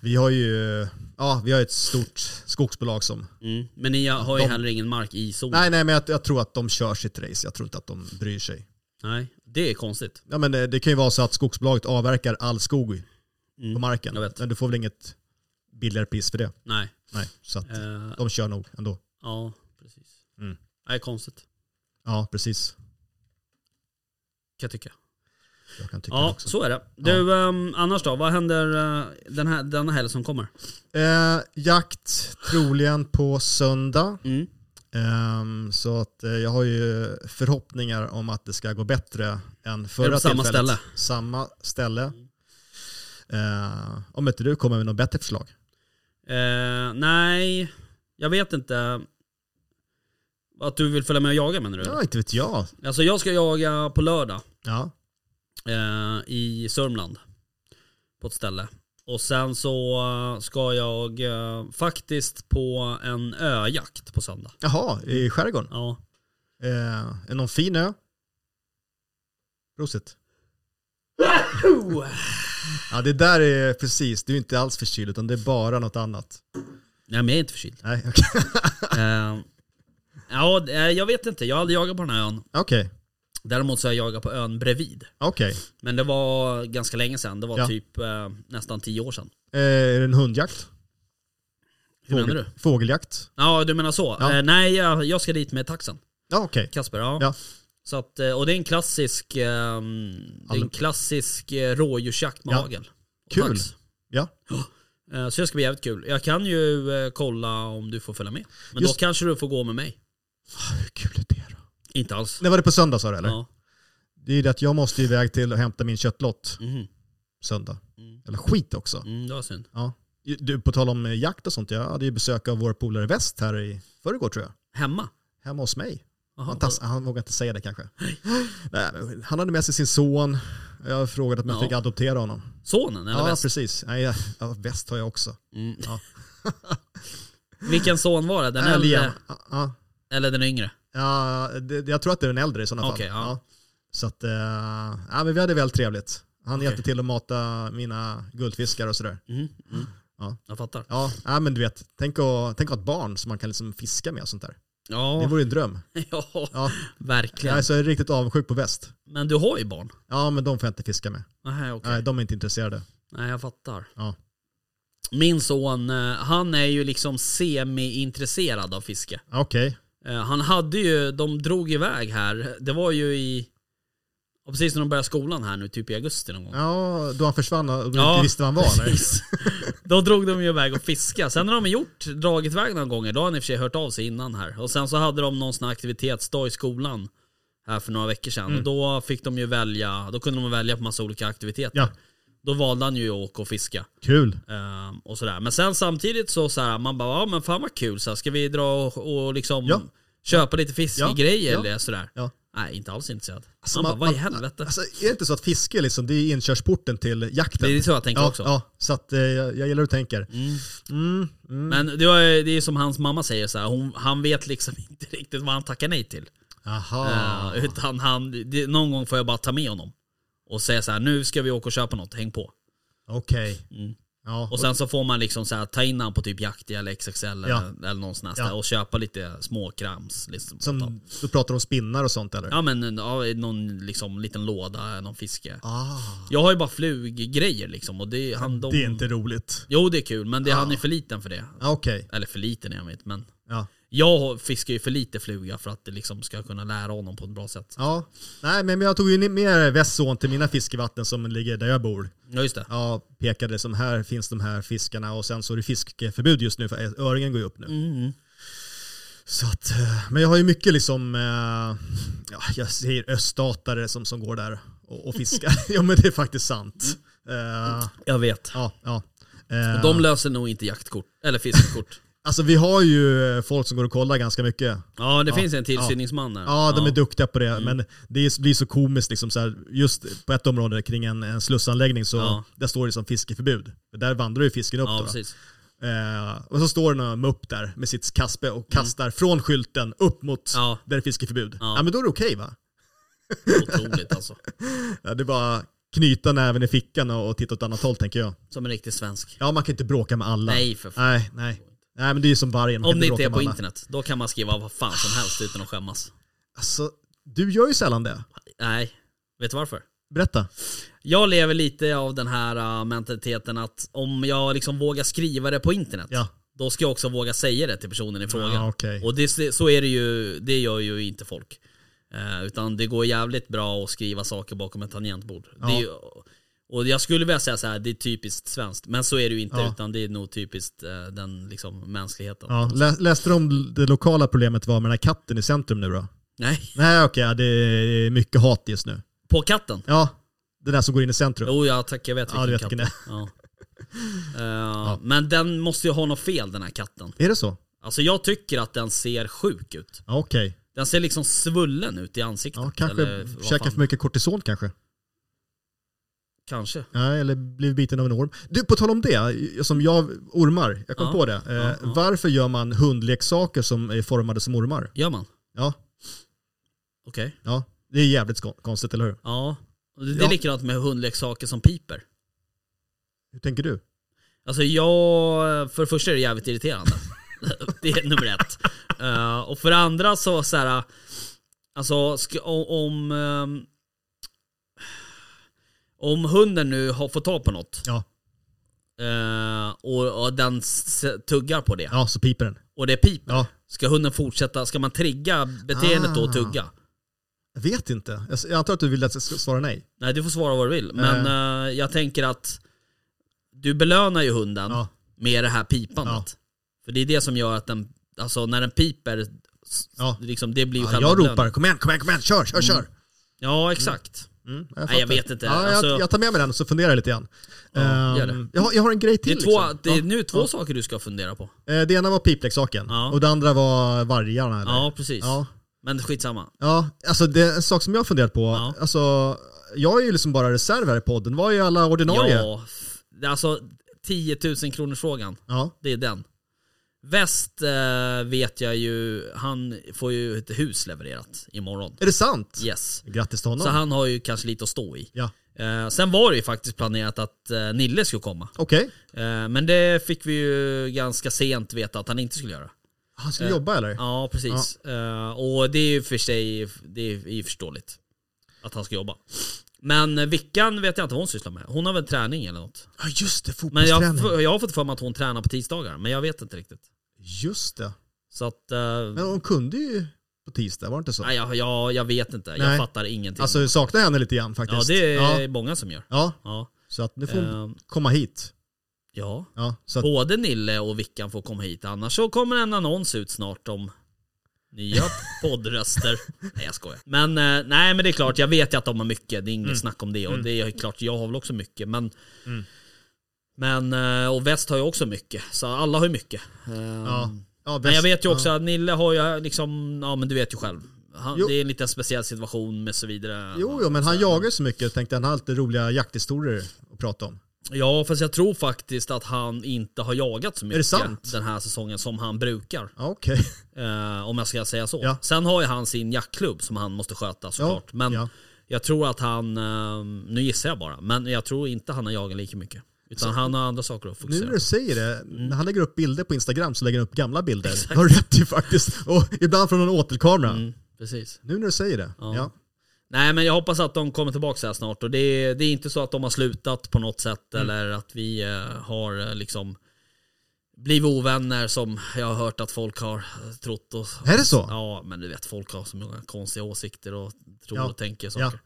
D: Vi har ju ja, vi har ett stort skogsbolag som...
C: Mm. Men ni har ju
D: De-
C: heller ingen mark i zonen.
D: Nej nej men jag, jag tror att de kör sitt race. Jag tror inte att de bryr sig.
C: Nej, det är konstigt.
D: Ja, men det, det kan ju vara så att skogsbolaget avverkar all skog i-
C: Mm.
D: på marken.
C: jag vet.
D: Men du får väl inget billigare pris för det.
C: Nej.
D: Nej, så att
C: Eh,
D: de kör nog ändå.
C: ja, precis.
D: Mm.
C: Det är konstigt,
D: Ja, precis.
C: kan jag tycka.
D: Jag kan tycka det
C: Ja,
D: också.
C: så är det. Du, ehm, annars då? Vad händer eh, den här, denna helg som kommer?
D: Eh, jakt troligen på söndag.
C: Mm.
D: Ehm, så att eh, jag har ju förhoppningar om att det ska gå bättre än förra
C: Är det på samma
D: tillfället.
C: ställe?
D: Samma ställe. Eh, om inte du kommer med något bättre förslag.
C: Eh, nej, jag vet inte. Att du vill följa med och jaga menar du?
D: Ja, inte vet jag.
C: Alltså jag ska jaga på lördag
D: Ja,
C: eh, i Sörmland. På ett ställe. Och sen så eh, ska jag eh, faktiskt på en öjakt på söndag.
D: jaha, i skärgården.
C: Ja.
D: Eh, är någon fin ö? Prosit. Ja, det där är precis, du är inte alls förkyld utan det är bara något annat.
C: Nej men jag är inte förkyld.
D: Nej, okej.
C: Eh, ja, eh, jag vet inte. Jag har aldrig jagat på den här ön.
D: Okej,
C: Däremot så har jag jagat på ön bredvid.
D: okej.
C: Men det var ganska länge sedan. Det var
D: Ja.
C: typ eh, nästan tio år sedan.
D: Eh, Är det en hundjakt?
C: Hur menar du?
D: Fågeljakt?
C: Ja, du menar så.
D: Ja.
C: Eh, nej, jag, jag ska dit med taxen.
D: Ja, okej.
C: Kasper, ja.
D: Ja.
C: Så att, eh, och det är en klassisk, ehm, det är en
D: Alldeles.
C: klassisk eh, rådjursjakt med
D: Ja.
C: hagel. Och
D: Kul.
C: tax.
D: Ja.
C: Eh, Så det ska bli jävligt kul. Jag kan ju eh, kolla om du får följa med. Men
D: Just-
C: då kanske du får gå med mig.
D: Hur kul är det då?
C: Inte alls.
D: Nej, var det på söndag sa du eller?
C: Ja.
D: Det är ju det att jag måste iväg till och hämta min köttlott
C: Mhm.
D: söndag.
C: Mm.
D: Eller skit också.
C: Mm, det var synd.
D: Du, på tal om eh, jakt och sånt, jag hade ju besök av vår polare Väst här i förrgår tror jag.
C: Hemma?
D: Hemma hos mig.
C: Jaha,
D: Han, tass, han vågar inte säga det kanske. Nej, men han hade med sig sin son. Jag frågade om jag
C: Ja.
D: fick adoptera honom.
C: Sonen eller
D: ja,
C: väst?
D: precis. Nej, jag- ja, väst har jag också.
C: Mm.
D: Ja.
C: Vilken son var det? Den
D: Äh,
C: äldre
D: Liam. Ja, ja.
C: eller den yngre?
D: Ja, det, det- jag tror att det är den äldre i sådana fall.
C: Okej, ja.
D: Så att, eh, ja, men vi hade väl trevligt. Han
C: Okej.
D: hjälpte till att mata mina guldfiskar och sådär.
C: Mm. Mm.
D: Ja.
C: Jag fattar.
D: Ja, ja men du vet, tänk att, tänk att ha ett barn som man kan liksom fiska med och sånt där. Det
C: Ja,
D: vore ju en dröm.
C: ja,
D: Ja.
C: verkligen.
D: Nej, så jag är riktigt avundsjuk på väst.
C: Men du har ju barn?
D: Ja, men de får jag inte fiska med.
C: Nej, okej.
D: Nej, de är inte intresserade.
C: Nej, jag fattar.
D: Ja.
C: Min son, eh, han är ju liksom semi-intresserad av fiske.
D: Ja, Okej.
C: Eh, Han hade ju, de drog iväg här, det var ju i, ja, precis när de började skolan här nu, typ i augusti någon gång.
D: Ja, då han försvann och du
C: Ja,
D: inte visste var han var eller?
C: Precis. Då drog de ju iväg och fiska. Sen har de gjort, dragit iväg några gånger. Då har han i och för sig hört av sig innan här. Och sen så hade de någon sån här aktivitetsdag i skolan här för några veckor
D: Mm.
C: sedan. Och då fick de ju välja, då kunde de välja på massa olika aktiviteter.
D: Ja.
C: Då valde han ju att åka och fiska.
D: Kul.
C: ehm, och sådär. Men sen samtidigt så, så här, man bara, ja men fan vad kul, så här, ska vi dra och, och liksom
D: Ja.
C: köpa lite fiskegrejer
D: Ja.
C: eller sådär?
D: Ja.
C: Nej, inte alls intresserad.
D: Alltså,
C: man,
D: man-
C: bara, vad i
D: man-
C: helvete?
D: Alltså, är det inte så att fiske liksom, det är inkörsporten till jakten?
C: det är så jag tänker
D: ja,
C: också.
D: ja, så att eh, jag, jag gillar hur du tänker. Mm, mm.
C: Men det är, det är som hans mamma säger, så här, hon, han vet liksom inte riktigt vad han tackar nej till.
D: Aha.
C: Eh, utan han, det, någon gång får jag bara ta med honom. Och säga så här, nu ska vi åka och köpa något, häng på.
D: Okej.
C: Mm.
D: Ja.
C: Och sen så får man liksom så här, ta in han på typ Jakt eller XXL eller,
D: Ja.
C: eller någon sån här ställe
D: Ja.
C: och köpa lite småkrams. Liksom, åt honom.
D: Som, du pratar om spinnar och sånt eller?
C: Ja men ja, någon liksom, liten låda, någon fiske.
D: Ah,
C: Jag har ju bara fluggrejer liksom och det, han, de,
D: det är inte roligt.
C: Jo det är kul men det, han är för liten för det.
D: Ah, Okej.
C: Eller för liten är han inte men
D: Ja.
C: Jag fiskar ju för lite fluga för att det liksom ska kunna lära honom på ett bra sätt.
D: Ja. Nej, men jag tog ju med Vässon till mina fiskevatten som ligger där jag bor.
C: Ja just det.
D: Ja, pekade som här finns de här fiskarna och sen så är det fiskeförbud just nu för öringen går ju upp nu.
C: Mm.
D: Så att, eh, men jag har ju mycket liksom, eh, ja, jag säger öststatare som, som går där och, och fiskar. ja men det är faktiskt sant.
C: Mm.
D: Eh,
C: Jag vet.
D: ja, ja. Eh,
C: Och de löser nog inte jaktkort, eller fiskekort.
D: alltså vi har ju eh, folk som går och kollar ganska mycket.
C: Ja det
D: Ja.
C: finns en tillsyningsman där.
D: Ja, de är duktiga på
C: Mm.
D: det, men det är- blir så komiskt liksom så här, just på ett område kring en, en slussanläggning så
C: Ja.
D: där står det som fiskeförbud. Där vandrar ju fisken upp
C: Ja
D: då. va?
C: precis.
D: Eh, och så står det någon upp där med sitt kaspe och kastar från skylten upp mot
C: Mm. Ja.
D: där det är fiskeförbud. Ja.
C: Ja.
D: men då är det okej va?
C: Otroligt alltså.
D: Ja, det är bara knyta näven i fickan och, och titta åt annat håll tänker jag.
C: Som en riktig svensk.
D: Ja, man kan inte bråka med alla.
C: Nej för fan.
D: nej. Nej, nej men det är ju som vargen. man
C: Om
D: kan
C: det inte
D: bråka
C: är
D: med
C: på
D: alla.
C: internet, då kan man skriva vad fan som helst utan att skämmas.
D: Alltså, du gör ju sällan det.
C: Nej. Vet du varför?
D: Berätta.
C: Jag lever lite av den här äh, mentaliteten att om jag liksom vågar skriva det på internet,
D: Ja.
C: då ska jag också våga säga det till personen i fråga.
D: Ja, okej.
C: Och det, så är det ju, det gör ju inte folk. Eh, utan det går jävligt bra att skriva saker bakom ett tangentbord. Det är ju, och jag skulle vilja säga så här, det är typiskt svenskt. Men så är det ju inte,
D: Ja.
C: utan det är nog typiskt eh, den liksom mänskligheten.
D: Ja, lä läste du om det lokala problemet var med den här katten i centrum nu då?
C: Nej,
D: Nej okej, ja, det är mycket hat just nu.
C: på katten?
D: Ja, den där som går in i centrum.
C: Jo, jag tack, jag vet
D: ja,
C: vilken
D: du vet
C: katt.
D: vilken det är.
C: Ja. Eh, Men den måste ju ha något fel den här katten.
D: Är det så?
C: Alltså jag tycker att den ser sjuk ut.
D: Ja, okej.
C: Den ser liksom svullen ut i ansiktet.
D: Ja, kanske
C: eller vad
D: käkar
C: fan.
D: för mycket kortison kanske.
C: Kanske.
D: Ja, eller blev biten av en orm. Du, på tal om det, som jag, ormar, jag kom
C: Ja,
D: på det. Eh,
C: ja, ja.
D: Varför gör man hundleksaker som är formade som ormar?
C: Gör man?
D: Ja,
C: Okej.
D: ja. Det är jävligt kon- konstigt, eller hur?
C: Ja. Och Det det är
D: Ja.
C: likadant med hundleksaker som piper.
D: Hur tänker du?
C: Alltså jag, för det första är det jävligt irriterande. det är nummer ett. Eh, och för det andra så, så här, alltså sk- om, om, ehm, om hunden nu har fått tag på något
D: Ja,
C: eh, och, och den s- tuggar på det
D: ja så piper den.
C: och det piper.
D: Ja.
C: Ska hunden fortsätta, ska man trigga beteendet då och
D: Ah.
C: tugga?
D: Jag vet inte. Jag s- Jag antar att du vill att jag ska svara nej.
C: Nej du får svara vad du vill, men eh, jag tänker att du belönar ju hunden
D: Ja.
C: med det här pipandet. För det är det som gör att den, alltså när den piper, s-
D: Ja.
C: liksom, det blir ju
D: Ja,
C: själva
D: jag ropar
C: belöningen.
D: kom igen, kom igen, kom igen, kör, kör, kör.
C: Ja exakt.
D: Mm,
C: Nej, jag
D: fattar.
C: vet inte.
D: Ja, jag,
C: Alltså-
D: jag tar med mig den och så funderar jag lite grann.
C: gör det.
D: Ehm, jag, har- jag har en grej
C: Det är,
D: till.
C: två,
D: liksom.
C: det är
D: Ja.
C: nu två
D: Ja.
C: saker du ska fundera på.
D: Eh, Det ena var pipleksaken
C: Ja.
D: och det andra var vargarna. Eller?
C: Ja precis.
D: Ja.
C: Men skitsamma.
D: ja, alltså det är en sak som jag har funderat på.
C: Ja.
D: Alltså, jag är ju liksom bara reserv här i podden. Var är ju alla ordinarie?
C: Ja, f- alltså 10 000 kronors frågan.
D: Ja.
C: Det är den. Väst eh, vet jag ju, han får ju ett hus levererat imorgon.
D: Är det sant?
C: Yes.
D: Grattis till honom.
C: Så han har ju kanske lite att stå i.
D: Ja.
C: Eh, sen var det ju faktiskt planerat att eh, Nille skulle komma.
D: Okej.
C: Eh, men det fick vi ju ganska sent veta att han inte skulle göra.
D: Han skulle jobba eller?
C: Eh, Ja, precis. Eh, och det är ju för sig det är ju förståeligt. Att han ska jobba. Men eh, Vickan vet jag inte vad hon sysslar med. Hon har väl träning eller något.
D: Ja, just det.
C: Men jag,
D: Fotbollsträning.
C: jag har fått för mig att hon tränar på tisdagar, men jag vet inte riktigt.
D: Just det.
C: Så att... eh,
D: Men hon kunde ju på tisdag, var det inte så?
C: nej, jag, jag, jag vet inte. Jag
D: Alltså. Nej.
C: fattar ingenting.
D: Alltså jag saknar henne lite grann
C: ja,
D: faktiskt.
C: det är
D: ja.
C: många som gör.
D: ja.
C: Ja.
D: så att nu får hon
C: Ehm,
D: komma hit.
C: ja.
D: Ja, så att,
C: Både Nille och Vickan får komma hit, annars så kommer en annons ut snart om nya poddröster. Nej jag skojar. Men eh, nej men det är klart, jag vet ju att de har mycket, det är inget
D: Mm.
C: snack om det. Och det är klart, jag har väl också mycket. Men, men eh, och väst har ju också mycket, så alla har ju mycket. Eh,
D: ja. Ja,
C: Men jag
D: bäst-
C: vet ju också att Nille har ju liksom, ja men du vet ju själv. Han,
D: Jo.
C: det är en liten speciell situation med så vidare.
D: Jo, jo, men han jagar ju så mycket. Tänkte han har alltid roliga jakthistorier att prata om.
C: Ja fast jag tror faktiskt att han inte har jagat så mycket
D: sant?
C: den här säsongen som han brukar.
D: Ja, Okej.
C: Eh, om jag ska säga så.
D: Ja.
C: Sen har ju han sin jackklubb som han måste sköta såklart.
D: Ja,
C: Men
D: ja.
C: jag tror att han, eh, nu gissar jag bara, men jag tror inte han har jagat lika mycket. Utan han har andra saker att
D: Nu
C: fokusera
D: när
C: på.
D: du säger det,
C: Mm.
D: när han lägger upp bilder på Instagram så lägger han upp gamla bilder. Det har du rätt i faktiskt. Och ibland från en åtelkamera.
C: Mm, precis.
D: Nu när du säger det. Ja.
C: Ja. Nej men jag hoppas att de kommer tillbaka så här snart. Och det är,
D: Mm.
C: det är inte så att de har slutat på något sätt eller att vi eh, har eh, liksom blivit ovänner som jag har hört att folk har trott. Och,
D: Är det så?
C: Ja, men du vet folk har så många konstiga åsikter och tror
D: Ja.
C: och tänker saker.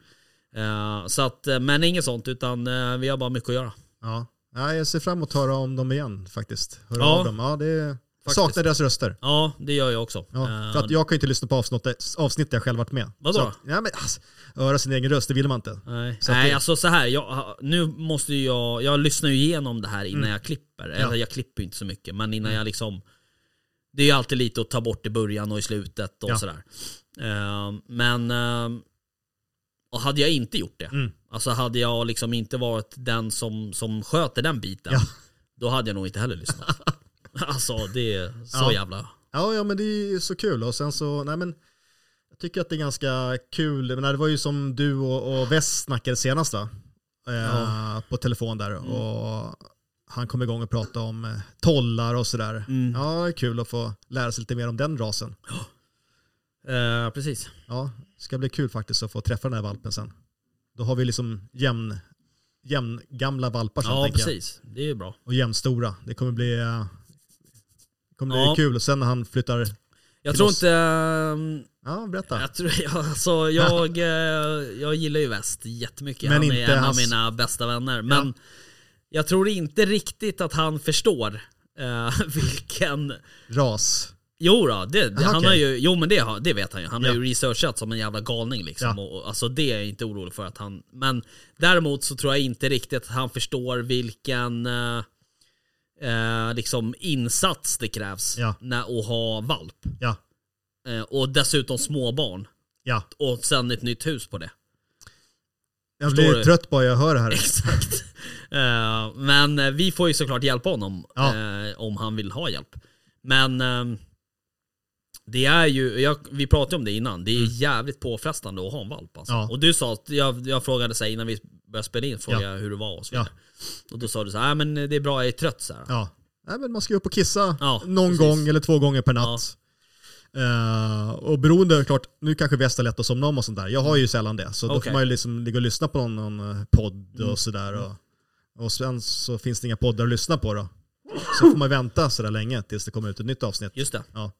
C: Eh, så att, eh, men inget sånt, utan eh, vi har bara mycket att göra.
D: Ja. ja, jag ser fram emot att höra om dem igen faktiskt. Höra
C: Ja.
D: av dem. Ja, det
C: Faktiskt.
D: saknar deras röster.
C: Ja, det gör jag också.
D: Ja,
C: Eh,
D: för att jag kan ju inte lyssna på avsnitt, avsnitt där jag själv varit med.
C: Vadå? Eh.
D: Så att- Ja, men, alltså, höra sin egen röst, det vill man inte.
C: Nej,
D: Så att
C: Nej
D: det-
C: alltså så här. Jag, nu måste ju jag, jag lyssnar ju igenom det här innan
D: Mm.
C: jag klipper. Eller jag klipper ju inte så mycket, men innan jag liksom... Det är ju alltid lite att ta bort i början och i slutet och
D: Ja.
C: sådär. Ehm, men... ehm, och hade jag inte gjort det,
D: Mm.
C: alltså hade jag liksom inte varit den som, som sköter den biten,
D: Ja.
C: då hade jag nog inte heller lyssnat. alltså det är så
D: Ja.
C: jävla...
D: Ja, ja, men det är ju så kul. Och sen så, nej men, jag tycker att det är ganska kul. Men det var ju som du och, och West snackade senast va? Eh,
C: Ja. Mm.
D: På telefon där. Och han kom igång och pratade om eh, tollar och sådär.
C: Mm.
D: Ja, det är kul att få lära sig lite mer om den rasen.
C: Eh, precis.
D: Ja, det ska bli kul faktiskt att få träffa den här valpen sen. Då har vi liksom jämn, jämn gamla valpar sen
C: Ja,
D: tänker jag.
C: precis. Det är ju bra.
D: Och jämnstora. Det kommer bli, eh, kommer bli
C: Ja.
D: kul. Och sen när han flyttar,
C: Jag
D: Till
C: tror
D: oss.
C: inte... ehm,
D: ja berätta.
C: Jag, tror, jag, alltså, jag, eh, jag gillar ju väst jättemycket.
D: Men
C: han är
D: inte
C: en
D: hans-
C: av mina bästa vänner. Men jag tror inte riktigt att han förstår eh, vilken...
D: Ras.
C: Jo då, det, det,
D: Aha,
C: han
D: Ah, okej.
C: har ju, jo men det, har- det vet han ju. Han har
D: Ja.
C: ju researchat som en jävla galning liksom.
D: Ja.
C: Och, och, alltså det är jag inte orolig för att han... Men däremot så tror jag inte riktigt att han förstår vilken eh, eh, liksom insats det krävs
D: Ja.
C: när, att ha valp.
D: Ja,
C: Eh, och dessutom småbarn.
D: ja.
C: Och sen ett nytt hus på det.
D: Jag
C: Förstår
D: blir
C: du?
D: trött bara jag hör det här.
C: Exakt. Eh, men eh, vi får ju såklart hjälpa honom
D: Ja.
C: eh, om han vill ha hjälp. Men ehm, det är ju, jag, vi pratade om det innan, det är jävligt påfrestande att ha en valp. Alltså.
D: Mm. Ja.
C: Och du sa att, jag, jag frågade sig innan vi började spela in, frågade jag hur det var och så
D: Ja.
C: vidare. Och då sa du så här, "Nej, men eh, det är bra, jag är trött så här.
D: Ja. Nej, men man ska ju upp och kissa
C: Ja,
D: någon
C: precis.
D: gång eller två gånger per natt. Eh, och beroende, klart, nu kanske Väst har lätt att somna om och sånt där. Jag har ju sällan det. Så då får
C: Okej. Mm.
D: man ju liksom ligga och lyssna på någon, någon eh, podd och sådär. Och, och sen så finns det inga poddar att lyssna på då. Så får man vänta sådär länge tills det kommer ut ett nytt avsnitt.
C: Just det.
D: Ja.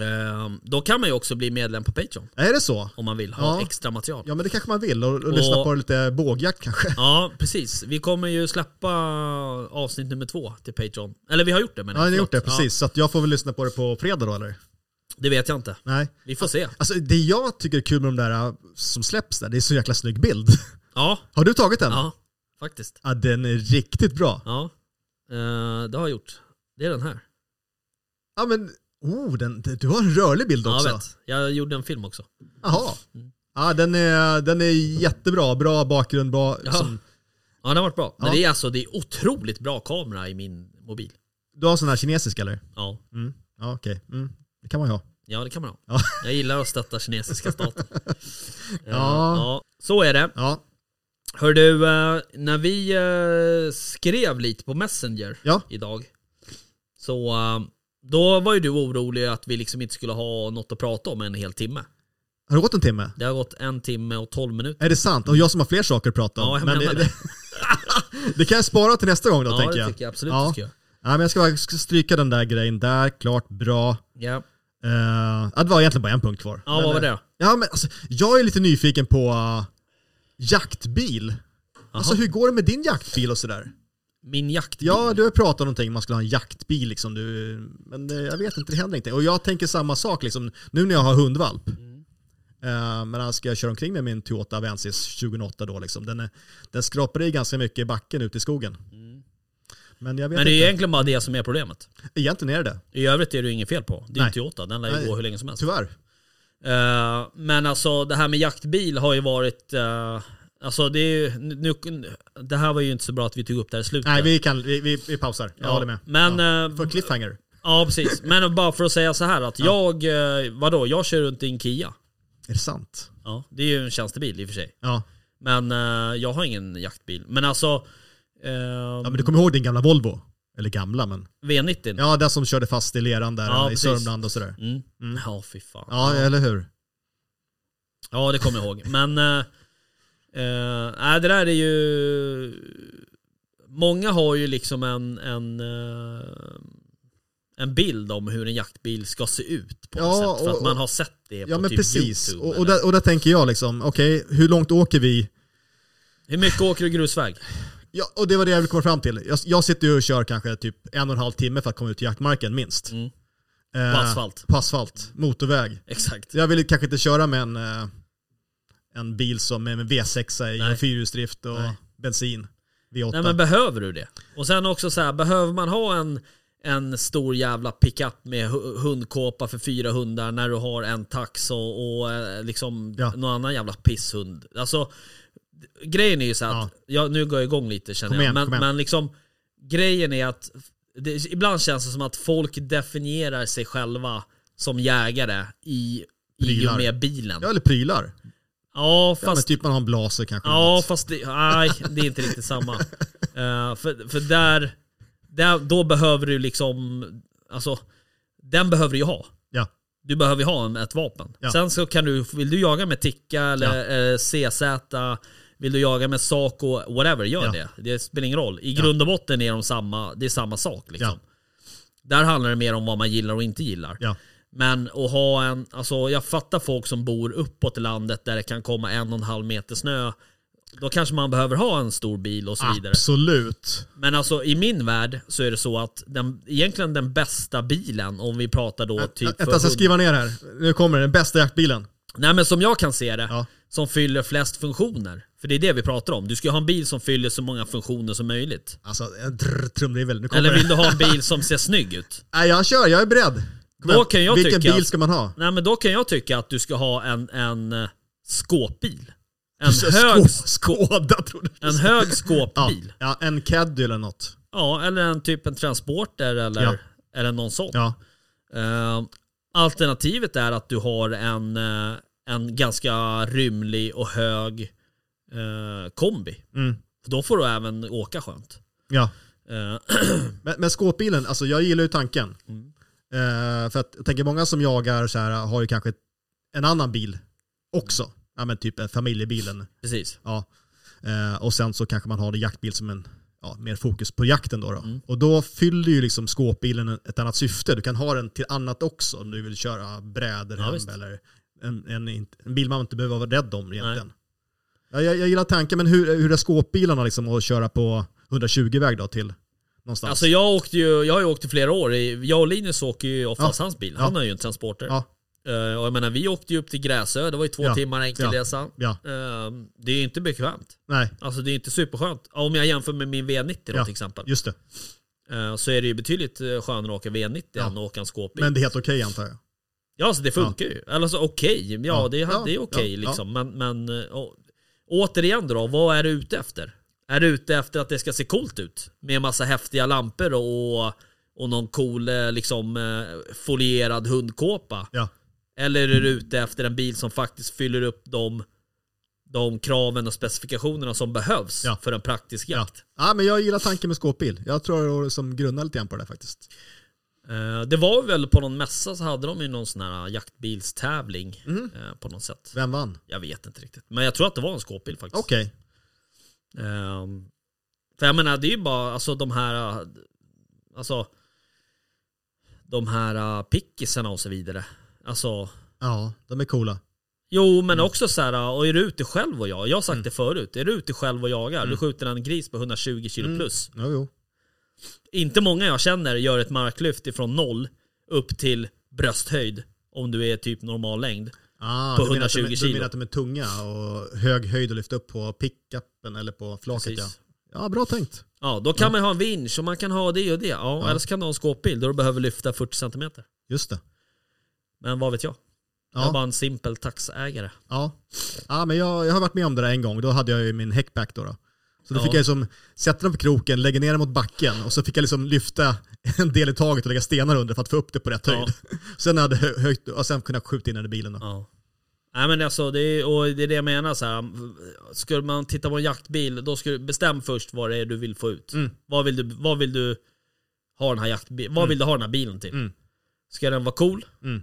C: Ehm, då kan man ju också bli medlem på Patreon
D: Är det så?
C: om man vill ha
D: Ja.
C: extra material.
D: Ja men det kanske man vill. Och, och, lyssna på lite bågjakt kanske.
C: Ja, precis. Vi kommer ju släppa avsnitt nummer två till Patreon. Eller vi har gjort det men
D: Ja, ni har gjort det, precis. Så att jag får väl lyssna på det på fredag då eller?
C: det vet jag inte.
D: Nej.
C: Vi får se.
D: Alltså det jag tycker är kul med de där äh, som släpps där, det är så jäkla snygg bild.
C: Ja,
D: Har du tagit den?
C: ja faktiskt.
D: Ja, den är riktigt bra.
C: Ja, Eh, det har jag gjort. Det är den här.
D: Ja men, oh, den, du har en rörlig bild
C: Ja,
D: också.
C: jag vet. Jag gjorde en film också.
D: Jaha. Ja, den är, den är jättebra. Bra bakgrund, bra...
C: Ja.
D: Som,
C: Ja, den har varit bra. Men
D: Ja.
C: det är alltså det är otroligt bra kamera i min mobil.
D: du har sån här kinesisk eller?
C: Ja,
D: Mm. Ja, okej. Mm. Det kan man ju ha.
C: ja det kan man ha.
D: Ja.
C: Jag gillar att stötta kinesiska staten. Eh,
D: Ja.
C: ja. Så är det.
D: Ja.
C: Hör du, eh, när vi eh, skrev lite på Messenger
D: Ja.
C: idag, så eh, då var ju du orolig att vi liksom inte skulle ha något att prata om en hel timme.
D: Har det gått en timme?
C: Det har gått en timme och tolv minuter.
D: Är det sant? Och jag som har fler saker att prata om.
C: Ja, jag
D: det,
C: menar
D: det, det kan jag spara till nästa gång då,
C: Ja,
D: tänker
C: det
D: jag.
C: tycker jag absolut
D: Ja.
C: du ska göra.
D: Ja, men jag ska bara stryka den där grejen där, klart, bra.
C: Ja,
D: Uh, det var egentligen bara en punkt kvar.
C: ja
D: Men,
C: vad var
D: eh,
C: det då?
D: Ja, men alltså, jag är lite nyfiken på eh, jaktbil. Alltså hur går det med din jaktbil och sådär?
C: Min jaktbil?
D: Ja, du har pratat om någonting om man skulle ha en jaktbil liksom. Du, men eh, jag vet inte, det händer inte. Och jag tänker samma sak liksom, nu när jag har hundvalp.
C: Mm.
D: Eh, men alltså, ska jag köra omkring med min Toyota Avensis 2008 då liksom. Den, är- den skrapar i ganska mycket i backen ute i skogen. Men jag vet
C: Mm. Men det är ju
D: inte.
C: egentligen bara det som är problemet.
D: Egentligen är det det.
C: I övrigt är det ju inget fel på. Det är
D: Nej.
C: ju Toyota, den lär
D: Nej.
C: ju gå hur länge som helst.
D: Tyvärr.
C: Eh, men alltså det här med jaktbil har ju varit... eh, alltså det är ju... Nu, nu- det här var ju inte så bra att vi tog upp det här i slutet.
D: Nej, vi, kan, vi, vi, vi pausar. Jag
C: Ja,
D: håller med.
C: Men,
D: ja.
C: eh,
D: För cliffhanger.
C: Ja precis, men bara för att säga så här att jag, eh, vadå, jag kör runt i en Kia.
D: Är det sant?
C: Ja. Det är ju en tjänstebil i och för sig.
D: Ja.
C: Men eh, jag har ingen jaktbil. Men alltså, eh,
D: Ja men du kommer ihåg din gamla Volvo? Eller gamla men.
C: V90.
D: Ja den som körde fast i leran där
C: Ja,
D: i
C: precis.
D: Sörmland och sådär.
C: Mm. Ja fy fan. Ja,
D: Ja eller hur?
C: det kommer jag ihåg. Men, eh, eh, nej, det där är ju... många har ju liksom en, en, eh, en bild om hur en jaktbil ska se ut på
D: Ja,
C: något sätt. För
D: och-
C: att man har sett det på
D: Ja men
C: typ
D: precis.
C: YouTube.
D: Och, och,
C: eller-
D: där, och där tänker jag liksom, okej, hur långt åker vi?
C: Hur mycket åker du grusväg?
D: Ja, och det var det jag ville komma fram till. Jag, jag sitter ju och kör kanske typ en och en halv timme för att komma ut till jaktmarken, minst.
C: Mm.
D: Eh,
C: På asfalt.
D: På asfalt, motorväg.
C: Exakt.
D: Jag vill kanske inte köra med en, eh, en bil som är med V6 i
C: Nej.
D: en fyrhjulsdrift och
C: Nej.
D: bensin. V8.
C: Nej men behöver du det? Och sen också så här, behöver man ha en, en stor jävla pickup med hu- hundkåpa för fyra hundar när du har en tax och, och eh, liksom
D: Ja.
C: någon annan jävla pisshund. Alltså grejen är ju så här att, ja. nu går jag igång lite känner
D: Kom igen,
C: jag, men,
D: kom igen.
C: men liksom grejen är att det, ibland känns det som att folk definierar sig själva som jägare i, i och
D: Prylar.
C: med bilen.
D: ja, eller prylar.
C: Ja
D: Ja, men
C: fast
D: typ man har en blaser kanske.
C: Ja, fast det, nej, det är inte riktigt samma. Eh, för för där, där, då behöver du liksom, alltså, den behöver du ju ha.
D: Ja.
C: Du behöver ju ha en, ett vapen.
D: Ja.
C: Sen så kan du, vill du jaga med Ticka eller eh, CZ, vill du jaga med Saco, whatever, gör
D: Ja.
C: det. Det spelar ingen roll. I grund och botten är de samma, det är samma sak liksom. Där handlar det mer om vad man gillar och inte gillar.
D: Ja.
C: Men att ha en, alltså jag fattar folk som bor uppåt i landet där det kan komma en och en halv meter snö. Då kanske man behöver ha en stor bil och så vidare.
D: Absolut.
C: Men alltså i min värld så är det så att den, egentligen den bästa bilen om vi pratar då typ
D: Vänta, jag ska
C: hund-
D: alltså, skriva ner här. Nu kommer den bästa jaktbilen.
C: Nej men som jag kan se det,
D: Ja.
C: som fyller flest funktioner. För det är det vi pratar om. Du ska ju ha en bil som fyller så många funktioner som möjligt.
D: Alltså, en drr, trumvirvel. Nu kommer
C: Eller
D: den.
C: vill du ha en bil som ser snygg ut?
D: Nej, jag kör. Jag är beredd. Kom
C: Då
D: igen.
C: kan jag
D: Vilken
C: tycka
D: bil
C: att-
D: ska man ha?
C: Nej men då kan jag tycka att du ska ha en, en eh, skåpbil. En
D: Så
C: hög,
D: skå- Skåda tror du.
C: en hög
D: Ja,
C: skåpbil.
D: ja, en Caddy eller något.
C: Ja, eller en typ en transporter eller,
D: Ja.
C: eller någon sån.
D: Ja.
C: Eh, alternativet är att du har en, eh, en ganska rymlig och hög eh, kombi.
D: Mm.
C: Då får du även åka skönt.
D: ja.
C: Eh,
D: Men, men skåpbilen, alltså jag gillar ju tanken.
C: Mm.
D: Eh, för att jag tänker många som jagar så här har ju kanske en annan bil också. Ja men typ en familjebilen.
C: precis.
D: Ja. Eh, och sen så kanske man har en jaktbil som en, ja, mer fokus på jakten då. då.
C: Mm.
D: Och då fyller ju liksom skåpbilen ett annat syfte. Du kan ha den till annat också om du vill köra brädor
C: Ja,
D: hem
C: visst.
D: eller en, en, inte- en bil man inte behöver vara rädd om egentligen. Ja, jag, jag gillar tanken, men hur, hur är skåpbilarna liksom att köra på 120-väg då till någonstans?
C: Alltså jag, åkte ju, jag har ju åkt i flera år. I- Jag och Linus åker ju oftast hans bil. Han
D: Ja.
C: har ju en transporter.
D: Ja.
C: Eh, och jag menar, vi åkte ju upp till Gräsö. Det var ju två
D: Ja.
C: timmar enkel
D: Ja.
C: resa.
D: Ja,
C: Eh, det är ju inte bekvämt.
D: nej,
C: Alltså det är inte superskönt. Om jag jämför med min V90 då
D: Ja.
C: till exempel.
D: just det.
C: Eh, Så är det ju betydligt eh, skönare att åka V90
D: Ja.
C: än att åka en skåpbil.
D: Men det är helt okej antar jag.
C: Ja, alltså det funkar ju. Alltså okej, ja,
D: Ja.
C: det,
D: Ja,
C: det är okej
D: ja,
C: liksom. Men, men eh, å- återigen då, vad är du ute efter? Är du ute efter att det ska se coolt ut? Med massa häftiga lampor och, och någon cool eh, liksom, eh, folierad hundkåpa?
D: Ja.
C: Eller är du ute efter en bil som faktiskt fyller upp de, de kraven och specifikationerna som behövs
D: Ja.
C: för en praktisk
D: Ja.
C: jakt?
D: ja, men jag gillar tanken med skåpbil. Jag tror jag som grunnar lite grann på det där faktiskt.
C: Eh, Det var väl på någon mässa så hade de ju någon sån här jaktbilstävling eh, på något sätt.
D: Vem vann?
C: Jag vet inte riktigt. Men jag tror att det var en skåpbil faktiskt.
D: Okej.
C: Ehm, för jag menar det är ju bara alltså de här, eh, alltså de här eh, pickisarna och så vidare. Alltså,
D: Ja, de är coola.
C: jo men också så här, eh, och är du ute själv och jag, jag har sagt det förut, är du ute själv och jagar, du skjuter en gris på 120 kilo plus.
D: Jo, jo.
C: Inte många jag känner gör ett marklyft ifrån noll upp till brösthöjd om du är typ normal längd.
D: Ah,
C: På
D: du menar att de-
C: 120
D: Du
C: kilo.
D: menar att de är tunga och hög höjd att lyfta upp på pickuppen eller på flaket ja.
C: Precis.
D: Ja, bra tänkt.
C: Ja, då kan man ha en vinsch och man kan ha det och det. Mm. Ja, Eller så kan du ha en skåpbil där du behöver lyfta 40 cm.
D: Just det.
C: Men vad vet jag? Jag är
D: Ja,
C: bara en simpel taxägare.
D: ja. ja men jag, jag har varit med om det där en gång. Då hade jag ju min häckback då. då. Så då
C: Ja.
D: fick jag liksom sätta den på kroken, lägga ner den mot backen och så fick jag liksom lyfta en del i taget och lägga stenar under för att få upp det på rätt
C: Ja.
D: höjd. Sen hade jag hö- höjt och sen kunde jag skjuta in den i bilen. Då.
C: Ja. Nej men alltså, det är, och det är det jag menar så här. Skulle man titta på en jaktbil, då ska du bestäm först vad det är du vill få ut.
D: Mm.
C: Vad, vill du, vad vill du ha den här jaktbilen, vad vill du ha den här bilen till?
D: Mm.
C: Ska den vara cool?
D: Mm.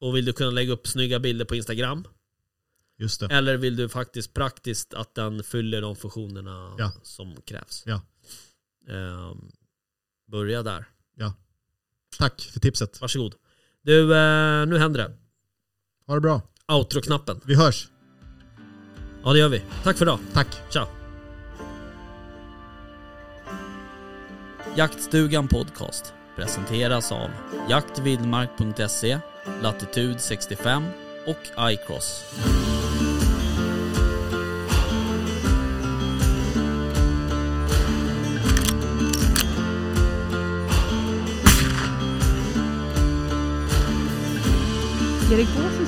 C: Och vill du kunna lägga upp snygga bilder på Instagram?
D: Just det.
C: Eller vill du faktiskt praktiskt att den fyller de funktionerna
D: Ja.
C: som krävs?
D: Ja.
C: Ehm, börja där.
D: Tack för tipset.
C: Varsågod. Du, eh, nu händer det.
D: Ha det bra.
C: Outro-knappen.
D: Vi hörs.
C: Ja, det gör vi. Tack för idag.
D: Tack.
C: Ciao. Jaktstugan Podcast presenteras av jaktvildmark.se, Latitude 65 och iCross.
E: Erik Gåsen